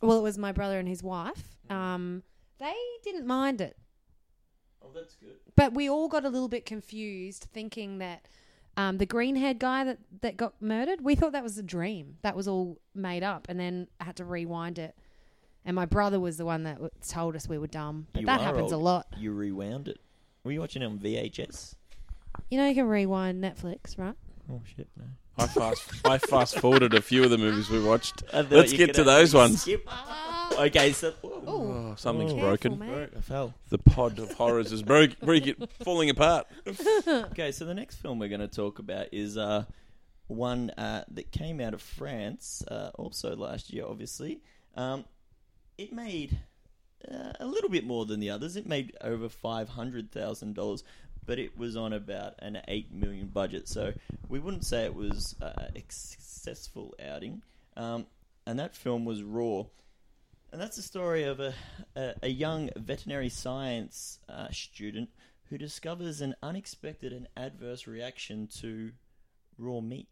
[SPEAKER 2] Well, it was my brother and his wife. Um, they didn't mind it.
[SPEAKER 1] Oh, that's good.
[SPEAKER 2] But we all got a little bit confused, thinking that um, the green haired guy that, that got murdered, we thought that was a dream. That was all made up. And then I had to rewind it. And my brother was the one that w- told us we were dumb. But
[SPEAKER 1] You
[SPEAKER 2] that
[SPEAKER 1] are
[SPEAKER 2] happens a
[SPEAKER 1] old.
[SPEAKER 2] lot.
[SPEAKER 1] You rewound it. Were you watching it on VHS?
[SPEAKER 2] You know, you can rewind Netflix, right?
[SPEAKER 1] Oh shit, no.
[SPEAKER 3] I fast, I fast forwarded a few of the movies we watched.
[SPEAKER 1] I thought
[SPEAKER 3] Let's
[SPEAKER 1] you
[SPEAKER 3] get
[SPEAKER 1] could
[SPEAKER 3] to those
[SPEAKER 1] actually
[SPEAKER 3] ones.
[SPEAKER 1] skip. okay, so
[SPEAKER 3] Oh, something's
[SPEAKER 1] Ooh.
[SPEAKER 3] broken.
[SPEAKER 1] Careful, mate. I fell.
[SPEAKER 3] The pod of horrors is broke, break it, falling apart.
[SPEAKER 1] okay, so the next film we're going to talk about is uh, one uh, that came out of France uh, also last year, obviously. Um, it made uh, a little bit more than the others. It made over $500,000, but it was on about an 8 million budget. So we wouldn't say it was uh, a successful outing. Um, and that film was Raw. And that's the story of a, a, a young veterinary science uh, student who discovers an unexpected and adverse reaction to raw meat.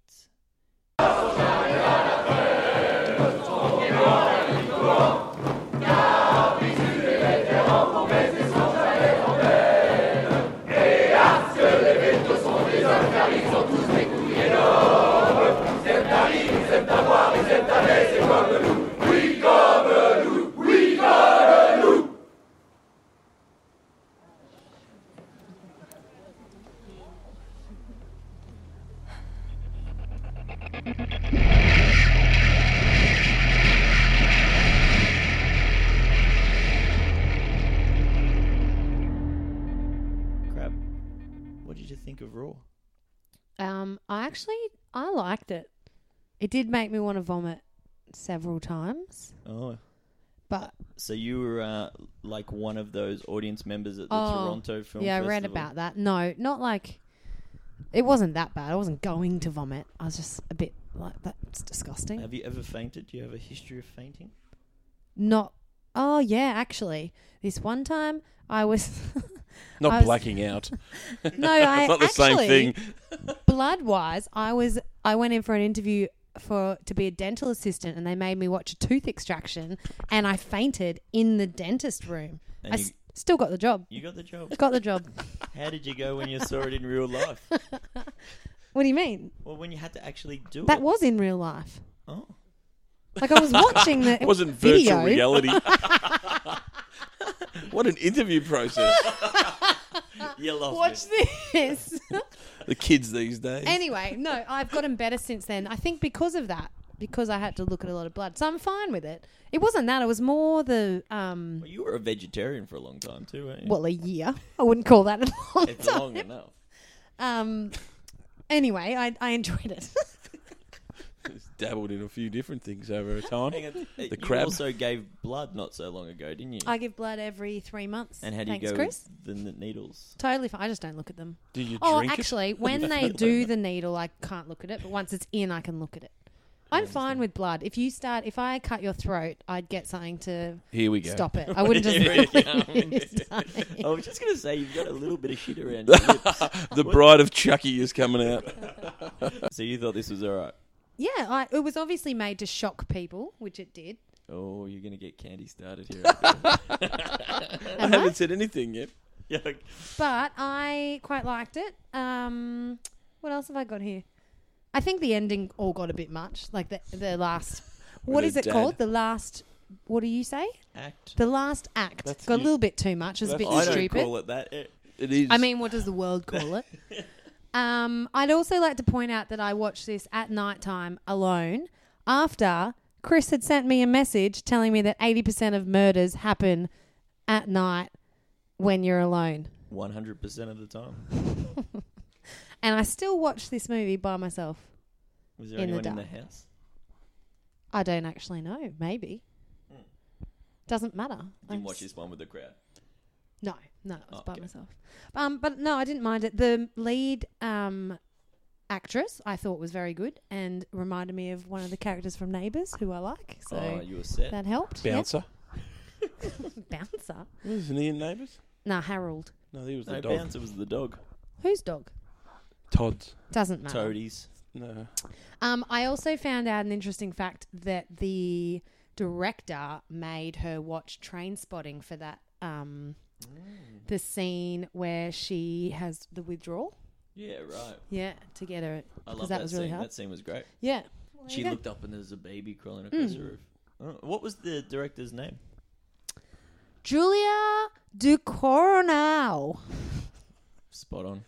[SPEAKER 1] Crab, what did you think of raw?
[SPEAKER 2] Um, I actually I liked it. It did make me want to vomit several times,
[SPEAKER 1] Oh,
[SPEAKER 2] but
[SPEAKER 1] so you were uh, like one of those audience members at the
[SPEAKER 2] oh,
[SPEAKER 1] Toronto Film
[SPEAKER 2] yeah, I read
[SPEAKER 1] Festival.
[SPEAKER 2] about that. No, not like it wasn't that bad. I wasn't going to vomit. I was just a bit like that's disgusting.
[SPEAKER 1] Have you ever fainted? Do you have a history of fainting?
[SPEAKER 2] Not. Oh yeah, actually, this one time I was
[SPEAKER 3] Not
[SPEAKER 2] I was-
[SPEAKER 3] blacking out.
[SPEAKER 2] No, I
[SPEAKER 3] it's not the
[SPEAKER 2] actually-
[SPEAKER 3] same thing.
[SPEAKER 2] blood wise, I was I went in for an interview for to be a dental assistant, and they made me watch a tooth extraction, and I fainted in the dentist room.
[SPEAKER 1] And
[SPEAKER 2] I
[SPEAKER 1] you-
[SPEAKER 2] s- still got the job.
[SPEAKER 1] You got the job.
[SPEAKER 2] Got the job.
[SPEAKER 1] How did you go when you saw it in real life?
[SPEAKER 2] What do you mean?
[SPEAKER 1] Well, when you had to actually do
[SPEAKER 2] That
[SPEAKER 1] it.
[SPEAKER 2] was in real life.
[SPEAKER 1] Oh.
[SPEAKER 2] Like I was watching the
[SPEAKER 3] It wasn't
[SPEAKER 2] video.
[SPEAKER 3] virtual reality. what an interview process.
[SPEAKER 1] You lost
[SPEAKER 2] Watch this.
[SPEAKER 3] The kids these days.
[SPEAKER 2] anyway, no, I've gotten better since then. I think because of that, because I had to look at a lot of blood, so I'm fine with it. It wasn't that; it was more the um.
[SPEAKER 1] You were a vegetarian for a long time too, weren't you?
[SPEAKER 2] Well, a year. I wouldn't call that a long
[SPEAKER 1] it's
[SPEAKER 2] time.
[SPEAKER 1] long enough.
[SPEAKER 2] Um. Anyway, I, I enjoyed it.
[SPEAKER 3] Dabbled in a few different things over time.
[SPEAKER 1] Hang on, uh,
[SPEAKER 3] The
[SPEAKER 1] you
[SPEAKER 3] crab.
[SPEAKER 1] also gave blood not so long ago, didn't you?
[SPEAKER 2] I give blood every three months.
[SPEAKER 1] and how do you
[SPEAKER 2] Thanks,
[SPEAKER 1] go
[SPEAKER 2] Chris.
[SPEAKER 1] with the n- needles?
[SPEAKER 2] Totally fine. I just don't look at them.
[SPEAKER 3] Do you
[SPEAKER 2] Oh,
[SPEAKER 3] drink it?
[SPEAKER 2] actually, when they do the needle, I can't look at it. But once it's in, I can look at it. I'm fine with blood. If you start, if I cut your throat, I'd get something to
[SPEAKER 3] Here we go.
[SPEAKER 2] stop it. I wouldn't just.
[SPEAKER 1] Here we go.
[SPEAKER 2] Starting.
[SPEAKER 1] I was just gonna say you've got a little bit of shit around your lips.
[SPEAKER 3] the bride of Chucky is coming out.
[SPEAKER 1] so you thought this was all right?
[SPEAKER 2] yeah, I, it was obviously made to shock people, which it did.
[SPEAKER 1] Oh, you're gonna get candy started here.
[SPEAKER 3] I haven't said anything yet.
[SPEAKER 1] yeah,
[SPEAKER 2] But I quite liked it. Um, what else have I got here? I think the ending all got a bit much. Like the the last,
[SPEAKER 3] When
[SPEAKER 2] what is
[SPEAKER 3] they're
[SPEAKER 2] it called?
[SPEAKER 3] dead.
[SPEAKER 2] The last. What do you say?
[SPEAKER 1] Act.
[SPEAKER 2] The last act
[SPEAKER 3] That's
[SPEAKER 2] got a
[SPEAKER 3] you-
[SPEAKER 2] little bit too much. It was a
[SPEAKER 3] that's
[SPEAKER 2] bit
[SPEAKER 3] you. I don't
[SPEAKER 2] stupid.
[SPEAKER 1] call it that. It-
[SPEAKER 3] It is.
[SPEAKER 2] I mean, what does the world call it? um, I'd also like to point out that I watched this at night time alone after Chris had sent me a message telling me that 80% of murders happen at night when you're alone.
[SPEAKER 1] One hundred percent of the time.
[SPEAKER 2] And I still watch this movie by myself.
[SPEAKER 1] Was there
[SPEAKER 2] in the
[SPEAKER 1] anyone
[SPEAKER 2] dark.
[SPEAKER 1] in the house?
[SPEAKER 2] I don't actually know. Maybe. Doesn't matter.
[SPEAKER 1] Hmm. Didn't
[SPEAKER 2] I'm
[SPEAKER 1] watch this one with the crowd.
[SPEAKER 2] No, no, it was
[SPEAKER 1] Oh,
[SPEAKER 2] by
[SPEAKER 1] okay.
[SPEAKER 2] myself. Um, but no, I didn't mind it. The lead um, actress I thought was very good and reminded me of one of the characters from Neighbours who I like. So
[SPEAKER 1] Oh, you were set.
[SPEAKER 2] that helped. yeah.
[SPEAKER 3] Bouncer.
[SPEAKER 2] Bouncer.
[SPEAKER 3] Isn't he in Neighbours?
[SPEAKER 2] Nah, Harold.
[SPEAKER 3] No, he was
[SPEAKER 1] No,
[SPEAKER 3] the dog.
[SPEAKER 1] Bouncer was the dog.
[SPEAKER 2] Whose dog?
[SPEAKER 3] Todd's.
[SPEAKER 2] Doesn't matter.
[SPEAKER 1] Toadies.
[SPEAKER 3] No.
[SPEAKER 2] Um, I also found out an interesting fact that the director made her watch Train Spotting for that um,
[SPEAKER 1] Mm.
[SPEAKER 2] the scene where she has the withdrawal.
[SPEAKER 1] Yeah, right.
[SPEAKER 2] Yeah, to get her
[SPEAKER 1] I
[SPEAKER 2] because
[SPEAKER 1] love
[SPEAKER 2] that,
[SPEAKER 1] that,
[SPEAKER 2] was
[SPEAKER 1] scene.
[SPEAKER 2] really hard.
[SPEAKER 1] That scene was great.
[SPEAKER 2] Yeah. Well, there
[SPEAKER 1] she
[SPEAKER 2] you go.
[SPEAKER 1] looked up and there was a baby crawling across
[SPEAKER 2] Mm.
[SPEAKER 1] the roof. Oh, what was the director's name?
[SPEAKER 2] Julia Ducournau.
[SPEAKER 1] Spot on.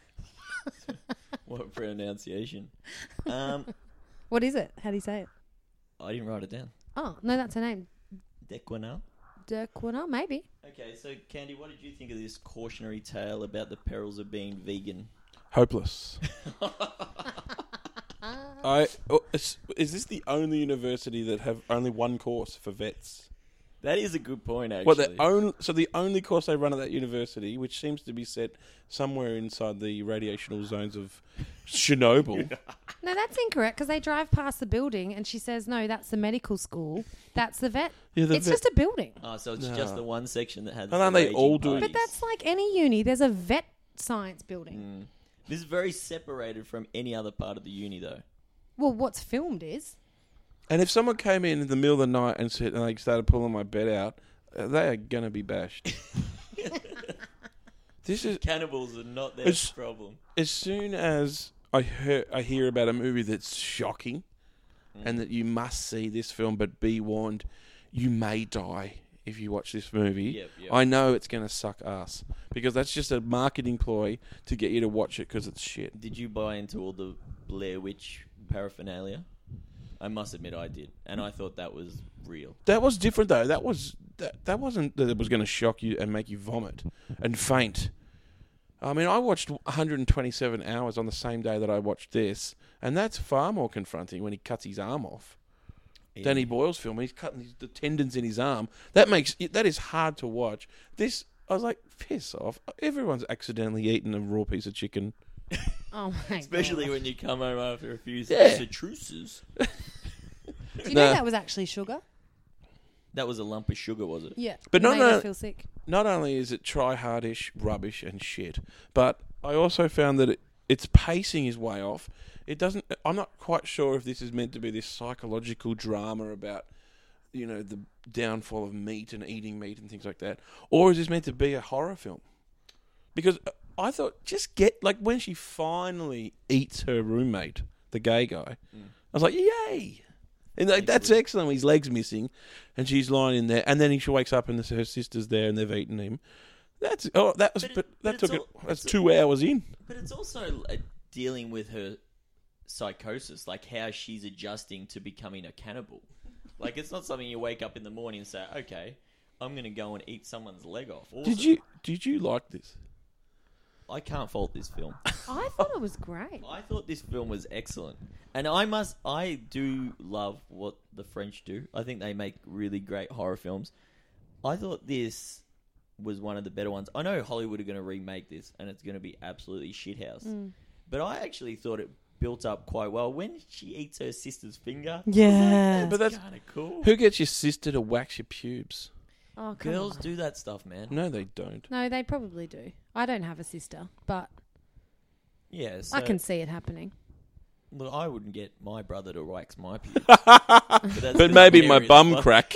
[SPEAKER 1] what pronunciation? Um,
[SPEAKER 2] What is it? How do you say it?
[SPEAKER 1] I didn't write it down.
[SPEAKER 2] Oh no, that's her name.
[SPEAKER 1] Dequinel.
[SPEAKER 2] Ducournau, maybe.
[SPEAKER 1] Okay, so Candy, what did you think of this cautionary tale about the perils of being vegan?
[SPEAKER 3] Hopeless. I oh, is, is this the only university that have only one course for vets?
[SPEAKER 1] That is a good point, actually.
[SPEAKER 3] Well, the only so the only course they run at that university, which seems to be set somewhere inside the radiational zones of Chernobyl.
[SPEAKER 2] No, that's incorrect because they drive past the building and she says, "No, that's the medical school. That's the vet.
[SPEAKER 3] Yeah, the
[SPEAKER 2] it's
[SPEAKER 3] vet-
[SPEAKER 2] just a building."
[SPEAKER 1] Oh, so it's just
[SPEAKER 3] No.
[SPEAKER 1] the one section that has.
[SPEAKER 3] And aren't
[SPEAKER 1] the
[SPEAKER 3] they
[SPEAKER 1] raging
[SPEAKER 3] all doing-
[SPEAKER 1] parties.
[SPEAKER 2] But that's like any uni. There's a vet science building.
[SPEAKER 1] Mm. This is very separated from any other part of the uni, though.
[SPEAKER 2] Well, what's filmed is
[SPEAKER 3] And if someone came in in the middle of the night and said, and they started pulling my bed out, uh, they are gonna be bashed. this is
[SPEAKER 1] Cannibals are not their
[SPEAKER 3] It's-
[SPEAKER 1] problem.
[SPEAKER 3] as soon as I hear I hear about a movie that's shocking,
[SPEAKER 1] Mm.
[SPEAKER 3] and that you must see this film, but be warned, you may die if you watch this movie.
[SPEAKER 1] Yep, yep.
[SPEAKER 3] I know it's going to suck ass because that's just a marketing ploy to get you to watch it because it's shit.
[SPEAKER 1] Did you buy into all the Blair Witch paraphernalia? I must admit, I did, and I thought that was real.
[SPEAKER 3] That was different though. That was that, that wasn't that it was going to shock you and make you vomit and faint. I mean, I watched 127 hours on the same day that I watched this, and that's far more confronting when he cuts his arm off. Danny Boyle's film, he's cutting his, the tendons in his arm. That makes that is hard to watch. This I was like, piss off! Everyone's accidentally eaten a raw piece of chicken.
[SPEAKER 2] Oh my
[SPEAKER 1] Especially when you come home after a few
[SPEAKER 3] Yeah.
[SPEAKER 1] citruses.
[SPEAKER 2] Do you know
[SPEAKER 3] No.
[SPEAKER 2] that was actually sugar?
[SPEAKER 1] That was a lump of sugar, was it?
[SPEAKER 2] Yeah.
[SPEAKER 3] But
[SPEAKER 2] It
[SPEAKER 3] not
[SPEAKER 2] made me
[SPEAKER 3] only,
[SPEAKER 2] feel sick.
[SPEAKER 3] not only is it try hardish, rubbish, and shit, but I also found that it, its pacing is way off. It doesn't. I'm not quite sure if this is meant to be this psychological drama about, you know, the downfall of meat and eating meat and things like that, or is this meant to be a horror film? Because uh, I thought, just get like when she finally eats her roommate, the gay guy. I was like, yay! And like, that's excellent. His leg's missing, and she's lying in there. And then she wakes up, and her sister's there, and they've eaten him. That's oh, that was but that
[SPEAKER 1] it's
[SPEAKER 3] took
[SPEAKER 1] all-
[SPEAKER 3] it. That's two hours in.
[SPEAKER 1] But it's also uh, dealing with her psychosis, like how she's adjusting to becoming a cannibal. Like it's not something you wake up in the morning and say, "Okay, I'm going to go and eat someone's leg off." Also,
[SPEAKER 3] Did you did you like this?
[SPEAKER 1] I can't fault this film. Oh.
[SPEAKER 2] I thought it was great.
[SPEAKER 1] I thought this film was excellent, and I must, I do love what the French do. I think they make really great horror films. I thought this was one of the better ones. I know Hollywood are going to remake this, and it's going to be absolutely shithouse.
[SPEAKER 2] Mm.
[SPEAKER 1] But I actually thought it built up quite well when she eats her sister's finger.
[SPEAKER 2] Yeah.
[SPEAKER 1] but that's kind of cool.
[SPEAKER 3] Who gets your sister to wax your pubes?
[SPEAKER 2] Oh, come
[SPEAKER 1] Girls
[SPEAKER 2] on.
[SPEAKER 1] do that stuff, man.
[SPEAKER 3] No, they don't.
[SPEAKER 2] No, they probably do. I don't have a sister, but
[SPEAKER 1] Yeah,
[SPEAKER 2] I
[SPEAKER 1] so-
[SPEAKER 2] can see it happening.
[SPEAKER 1] Look, I wouldn't get my brother to wax my pubes, that's
[SPEAKER 3] But maybe my
[SPEAKER 1] hilarious.
[SPEAKER 3] bum crack.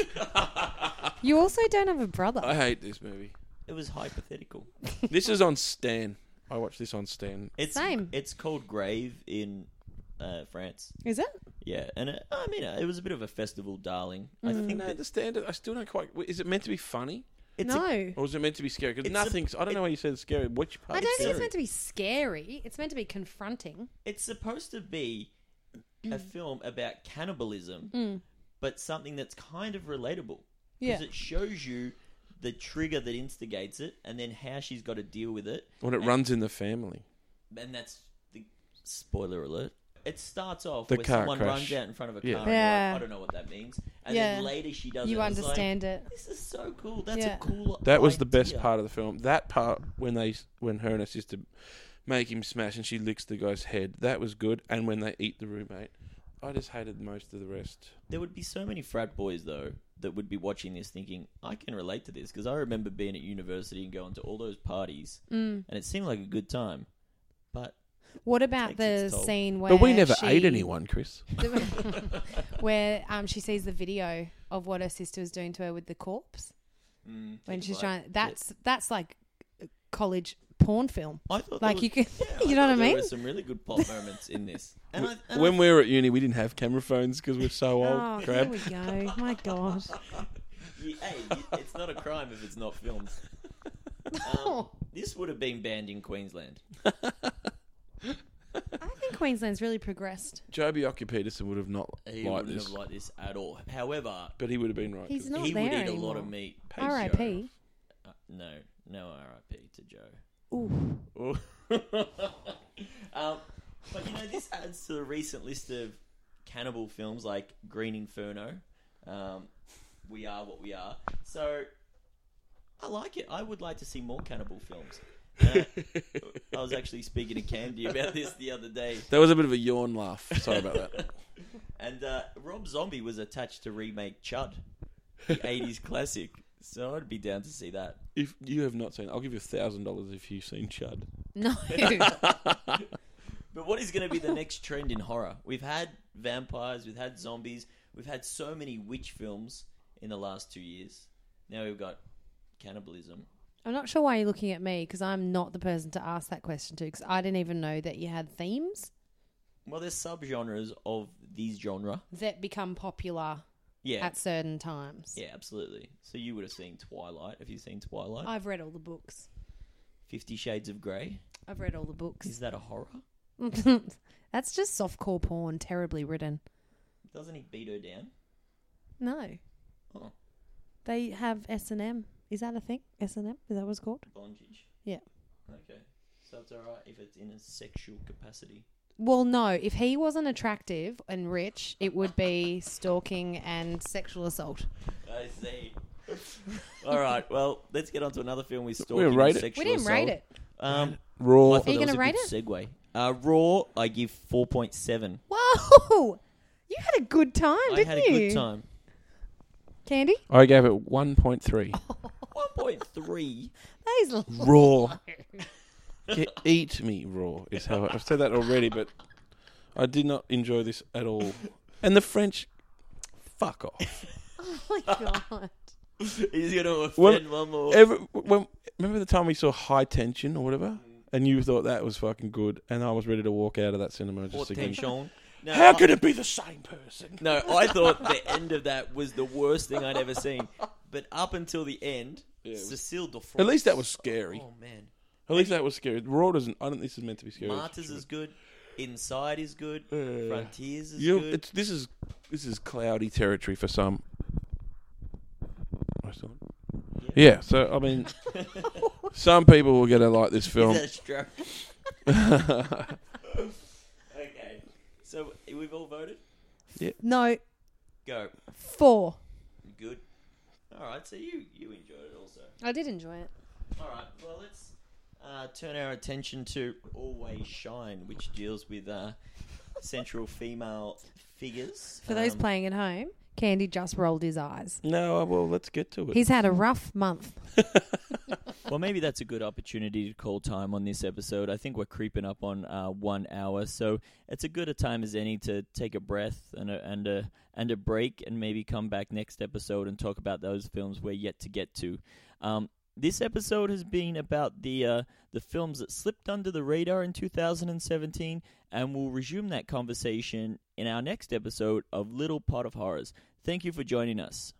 [SPEAKER 2] You also don't have a brother.
[SPEAKER 3] I hate this movie.
[SPEAKER 1] It was hypothetical.
[SPEAKER 3] This is on Stan. I watched this on Stan.
[SPEAKER 1] It's
[SPEAKER 2] Same.
[SPEAKER 1] It's called Grave in uh, France.
[SPEAKER 2] Is it?
[SPEAKER 1] Yeah, and it, I mean, uh, it was a bit of a festival darling. I
[SPEAKER 2] Mm.
[SPEAKER 1] think
[SPEAKER 3] No,
[SPEAKER 1] that
[SPEAKER 3] the standard. I still don't quite. Is it meant to be funny?
[SPEAKER 1] it's
[SPEAKER 2] no.
[SPEAKER 1] a,
[SPEAKER 2] I
[SPEAKER 3] Or is it meant to be scary? Because
[SPEAKER 1] It's a-
[SPEAKER 3] nothing's. I don't know why you said scary. Which part?
[SPEAKER 2] I don't think
[SPEAKER 1] scary.
[SPEAKER 2] it's meant to be scary. It's meant to be confronting.
[SPEAKER 1] it's supposed to be a film about cannibalism,
[SPEAKER 2] Mm.
[SPEAKER 1] but something that's kind of relatable
[SPEAKER 2] Yeah.
[SPEAKER 1] because it shows you the trigger that instigates it, and then how she's got to deal with it.
[SPEAKER 3] When it
[SPEAKER 1] and,
[SPEAKER 3] runs in the family.
[SPEAKER 1] and that's the Spoiler alert. It starts off
[SPEAKER 3] The
[SPEAKER 1] where
[SPEAKER 3] car
[SPEAKER 1] someone
[SPEAKER 3] crash.
[SPEAKER 1] runs out in front of a car.
[SPEAKER 3] Yeah.
[SPEAKER 1] And you're like,
[SPEAKER 2] Yeah.
[SPEAKER 1] I don't know what that means. And then later she does.
[SPEAKER 2] You
[SPEAKER 1] it. It's like,
[SPEAKER 2] understand it.
[SPEAKER 1] This is so cool. That's a cool.
[SPEAKER 3] That was the best
[SPEAKER 1] idea."
[SPEAKER 3] part of the film. That part when they when her and her sister make him smash and she licks the guy's head. That was good. And when they eat the roommate, I just hated most of the rest.
[SPEAKER 1] There would be so many frat boys though that would be watching this thinking, I can relate to this because I remember being at university and going to all those parties,
[SPEAKER 2] Mm.
[SPEAKER 1] and it seemed like a good time. But
[SPEAKER 2] What about the
[SPEAKER 1] its toll.
[SPEAKER 2] scene where?
[SPEAKER 3] But we never
[SPEAKER 2] she-
[SPEAKER 3] ate anyone, Chris.
[SPEAKER 2] where um, she sees the video of what her sister was doing to her with the corpse
[SPEAKER 1] Mm,
[SPEAKER 2] when
[SPEAKER 1] things
[SPEAKER 2] she's
[SPEAKER 1] like-
[SPEAKER 2] trying. That's that's like a college porn film.
[SPEAKER 1] I thought there
[SPEAKER 2] like
[SPEAKER 1] was-
[SPEAKER 2] you can,
[SPEAKER 1] yeah,
[SPEAKER 2] you know what I
[SPEAKER 1] thought There
[SPEAKER 2] mean?
[SPEAKER 1] were some really good plot moments in this, and I, and
[SPEAKER 3] when we were at uni, we didn't have camera phones because we're so old.
[SPEAKER 2] Oh, here
[SPEAKER 3] Crab.
[SPEAKER 2] we go. My God.
[SPEAKER 1] You- hey, you- it's not a crime if it's not filmed. Um,
[SPEAKER 2] Oh,
[SPEAKER 1] this would have been banned in Queensland.
[SPEAKER 2] I think Queensland's really progressed.
[SPEAKER 3] Joe Biocchi Peterson would have not
[SPEAKER 1] He
[SPEAKER 3] liked
[SPEAKER 1] wouldn't
[SPEAKER 3] this,
[SPEAKER 1] have liked this at all. However,
[SPEAKER 3] but he would have been right.
[SPEAKER 2] He's
[SPEAKER 3] 'cause
[SPEAKER 2] not
[SPEAKER 1] he
[SPEAKER 2] there
[SPEAKER 1] would eat a
[SPEAKER 2] anymore.
[SPEAKER 1] lot of meat.
[SPEAKER 2] R.I.P.
[SPEAKER 1] Uh, no, no R.I.P. to Joe.
[SPEAKER 2] Ooh.
[SPEAKER 1] um, but you know, this adds to the recent list of cannibal films like Green Inferno, um, We Are What We Are. So I like it. I would like to see more cannibal films. Uh, I was actually speaking to Candy about this the other day.
[SPEAKER 3] That was a bit of a yawn laugh. Sorry about that.
[SPEAKER 1] And uh, Rob Zombie was attached to remake Chud, the 80s classic. So I'd be down to see that.
[SPEAKER 3] If you have not seen, I'll give you a thousand dollars if you've seen Chud.
[SPEAKER 2] No.
[SPEAKER 1] but what is going to be the next trend in horror? We've had vampires, we've had zombies, we've had so many witch films in the last two years. Now we've got cannibalism.
[SPEAKER 2] I'm not sure why you're looking at me because I'm not the person to ask that question to because I didn't even know that you had themes
[SPEAKER 1] Well, there's subgenres of these genre.
[SPEAKER 2] that become popular
[SPEAKER 1] Yeah.
[SPEAKER 2] at certain times.
[SPEAKER 1] Yeah, absolutely. So you would have seen Twilight. Have you seen Twilight?
[SPEAKER 2] I've read all the books.
[SPEAKER 1] Fifty Shades of Grey.
[SPEAKER 2] I've read all the books.
[SPEAKER 1] Is that a horror?
[SPEAKER 2] That's just softcore porn, terribly written.
[SPEAKER 1] Doesn't he beat her down?
[SPEAKER 2] No.
[SPEAKER 1] Oh.
[SPEAKER 2] They have S and M. Is that a thing? S and M? Is that what it's called?
[SPEAKER 1] Bondage.
[SPEAKER 2] Yeah.
[SPEAKER 1] Okay. So it's alright if it's in a sexual capacity.
[SPEAKER 2] Well, no. If he wasn't attractive and rich, it would be stalking and sexual assault.
[SPEAKER 1] I see. All right. Well, let's get on to another film we stalking.
[SPEAKER 3] We
[SPEAKER 1] and
[SPEAKER 3] rate it.
[SPEAKER 1] sexual
[SPEAKER 2] We didn't rate
[SPEAKER 1] assault.
[SPEAKER 2] it.
[SPEAKER 1] Um,
[SPEAKER 3] Raw.
[SPEAKER 1] well, I
[SPEAKER 2] Are
[SPEAKER 1] thought
[SPEAKER 2] you
[SPEAKER 1] that was
[SPEAKER 2] gonna
[SPEAKER 1] a good Segue. Uh, raw. I give four point seven.
[SPEAKER 2] Whoa! You had a good time,
[SPEAKER 1] I
[SPEAKER 2] didn't
[SPEAKER 1] had
[SPEAKER 2] you?
[SPEAKER 1] a good time.
[SPEAKER 2] Candy,
[SPEAKER 3] I gave it one point three.
[SPEAKER 1] Oh, One point three.
[SPEAKER 2] that is low.
[SPEAKER 3] Raw. Get, eat me raw is how I, I've said that already, but I did not enjoy this at all. And the French, fuck off.
[SPEAKER 2] Oh my god.
[SPEAKER 1] He's gonna offend
[SPEAKER 3] When-
[SPEAKER 1] one more.
[SPEAKER 3] every- when- remember the time we saw High Tension or whatever,
[SPEAKER 1] Mm.
[SPEAKER 3] and you thought that was fucking good, and I was ready to walk out of that cinema just
[SPEAKER 1] Haute
[SPEAKER 3] thinking,
[SPEAKER 1] tension. No,
[SPEAKER 3] how
[SPEAKER 1] I-
[SPEAKER 3] could it be the same person?
[SPEAKER 1] No, I thought the end of that was the worst thing I'd ever seen. But up until the end,
[SPEAKER 3] Yeah, it was-
[SPEAKER 1] Cecile de
[SPEAKER 3] At least that was
[SPEAKER 1] France-
[SPEAKER 3] scary.
[SPEAKER 1] Oh man,
[SPEAKER 3] At least that was scary. Raw doesn't. I don't. think This is meant to be scary.
[SPEAKER 1] Martyrs is good. Inside is good. Frontiers is
[SPEAKER 3] You-
[SPEAKER 1] good.
[SPEAKER 3] it's- this is this is cloudy territory for some. I still- Yeah. so I mean, some people will get to like this film.
[SPEAKER 1] Is that a stroke? okay. So we've all voted.
[SPEAKER 2] No,
[SPEAKER 1] Go.
[SPEAKER 2] four.
[SPEAKER 1] Good. All right. So you you enjoyed it also.
[SPEAKER 2] I did enjoy it.
[SPEAKER 1] All right. Well, let's uh, turn our attention to Always Shine, which deals with uh, central female figures.
[SPEAKER 2] For those
[SPEAKER 1] Um,
[SPEAKER 2] playing at home, Candy just rolled his eyes.
[SPEAKER 3] no, well, let's get to it.
[SPEAKER 2] He's had a rough month.
[SPEAKER 1] well, maybe that's a good opportunity to call time on this episode. I think we're creeping up on uh, one hour, so it's a good a time as any to take a breath and a, and a and a break, and maybe come back next episode and talk about those films we're yet to get to. Um, this episode has been about the uh, the films that slipped under the radar in 2017, and we'll resume that conversation in our next episode of Little Pot of Horrors. Thank you for joining us.